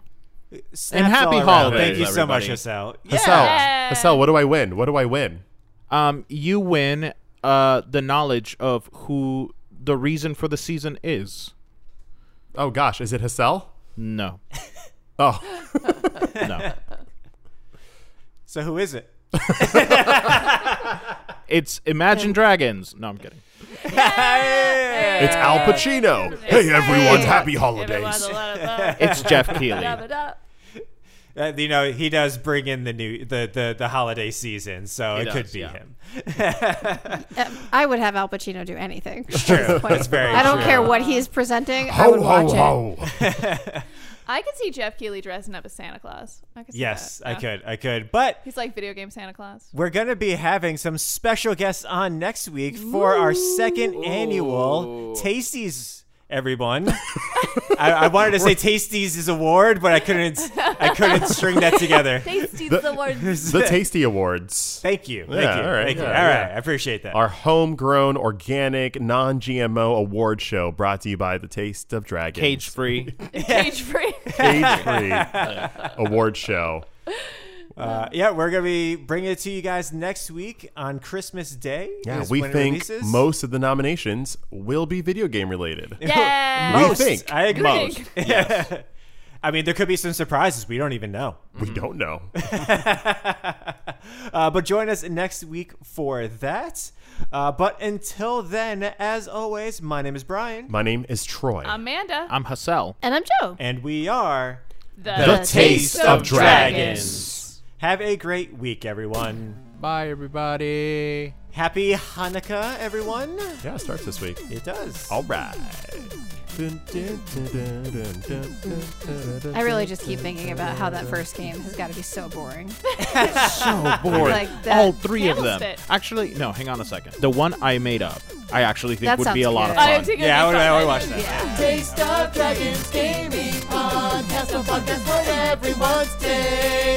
[SPEAKER 2] snaps
[SPEAKER 5] And
[SPEAKER 2] all
[SPEAKER 5] happy
[SPEAKER 2] around.
[SPEAKER 5] holidays,
[SPEAKER 2] Thank you so much,
[SPEAKER 5] everybody.
[SPEAKER 2] Hassel.
[SPEAKER 3] Hassel,
[SPEAKER 1] Yeah.
[SPEAKER 3] Hassel, what do I win? What do I win?
[SPEAKER 5] Um, you win uh, the knowledge of who the reason for the season is.
[SPEAKER 3] Oh gosh, is it Hassel?
[SPEAKER 5] No,
[SPEAKER 3] Oh,
[SPEAKER 5] no,
[SPEAKER 2] So, who is it?
[SPEAKER 5] it's Imagine Dragons. No, I'm kidding.
[SPEAKER 3] it's Al Pacino. Hey, everyone, happy holidays.
[SPEAKER 5] It's Jeff Keeley.
[SPEAKER 2] Uh, you know, he does bring in the new the the, the holiday season, so
[SPEAKER 5] He
[SPEAKER 2] it
[SPEAKER 5] does,
[SPEAKER 2] could be
[SPEAKER 5] yeah.
[SPEAKER 2] him.
[SPEAKER 4] Uh, I would have Al Pacino do anything.
[SPEAKER 2] True. That's very
[SPEAKER 4] I don't
[SPEAKER 2] true.
[SPEAKER 4] care what he is presenting. I would watch it.
[SPEAKER 1] I could see Jeff Keighley dressing up as Santa Claus. I could see
[SPEAKER 2] Yes,
[SPEAKER 1] that.
[SPEAKER 2] I
[SPEAKER 1] Yeah.
[SPEAKER 2] could. I could. But
[SPEAKER 1] He's like video game Santa Claus.
[SPEAKER 2] we're going to be having some special guests on next week for our second annual Tasties, everyone. I, I wanted to say Tasties is award, but I couldn't I couldn't string that together.
[SPEAKER 1] Tasty's the, word.
[SPEAKER 3] The Tasty Awards.
[SPEAKER 2] Thank you. Thank
[SPEAKER 3] Yeah,
[SPEAKER 2] you.
[SPEAKER 3] all right,
[SPEAKER 2] Thank you.
[SPEAKER 3] yeah,
[SPEAKER 2] all
[SPEAKER 3] yeah.
[SPEAKER 2] right. I appreciate that.
[SPEAKER 3] Our homegrown, organic, non GMO award show brought to you by the Taste of Dragons.
[SPEAKER 5] Cage free.
[SPEAKER 1] Cage free.
[SPEAKER 3] Cage free award show.
[SPEAKER 2] Uh, yeah, we're going to be bringing it to you guys next week on Christmas Day.
[SPEAKER 3] Yeah,
[SPEAKER 2] is
[SPEAKER 3] we
[SPEAKER 2] when it
[SPEAKER 3] think
[SPEAKER 2] releases.
[SPEAKER 3] most of the nominations will be video game related.
[SPEAKER 1] Yeah.
[SPEAKER 3] We
[SPEAKER 2] Most.
[SPEAKER 3] think.
[SPEAKER 2] I agree.
[SPEAKER 1] Most.
[SPEAKER 2] I mean, there could be some surprises. We don't even know.
[SPEAKER 3] We don't know.
[SPEAKER 2] Uh, but join us next week for that. Uh, but until then, as always, my name is Brian,
[SPEAKER 3] My name is Troy.
[SPEAKER 1] Amanda.
[SPEAKER 5] I'm Hassel.
[SPEAKER 4] And I'm Joe.
[SPEAKER 2] and we are.
[SPEAKER 1] the,
[SPEAKER 2] Taste
[SPEAKER 1] of
[SPEAKER 2] Dragons. Have a great week, everyone.
[SPEAKER 6] Bye, everybody.
[SPEAKER 2] Happy Hanukkah, everyone.
[SPEAKER 3] yeah, it starts this week.
[SPEAKER 2] It does.
[SPEAKER 3] All right.
[SPEAKER 4] I really just keep thinking about how that first game has got to be so boring.
[SPEAKER 5] so bored.
[SPEAKER 4] Like that
[SPEAKER 5] All three of them.
[SPEAKER 1] candlestick.
[SPEAKER 5] Actually, no, hang on a second. The one I made up, I actually think
[SPEAKER 4] That
[SPEAKER 5] would be a
[SPEAKER 4] sounds
[SPEAKER 5] lot of
[SPEAKER 4] good.
[SPEAKER 5] fun.
[SPEAKER 1] I am taking
[SPEAKER 2] Yeah, I would, I would watch that.
[SPEAKER 7] Taste of Dragons Gaming Podcast, a podcast for everyone's taste.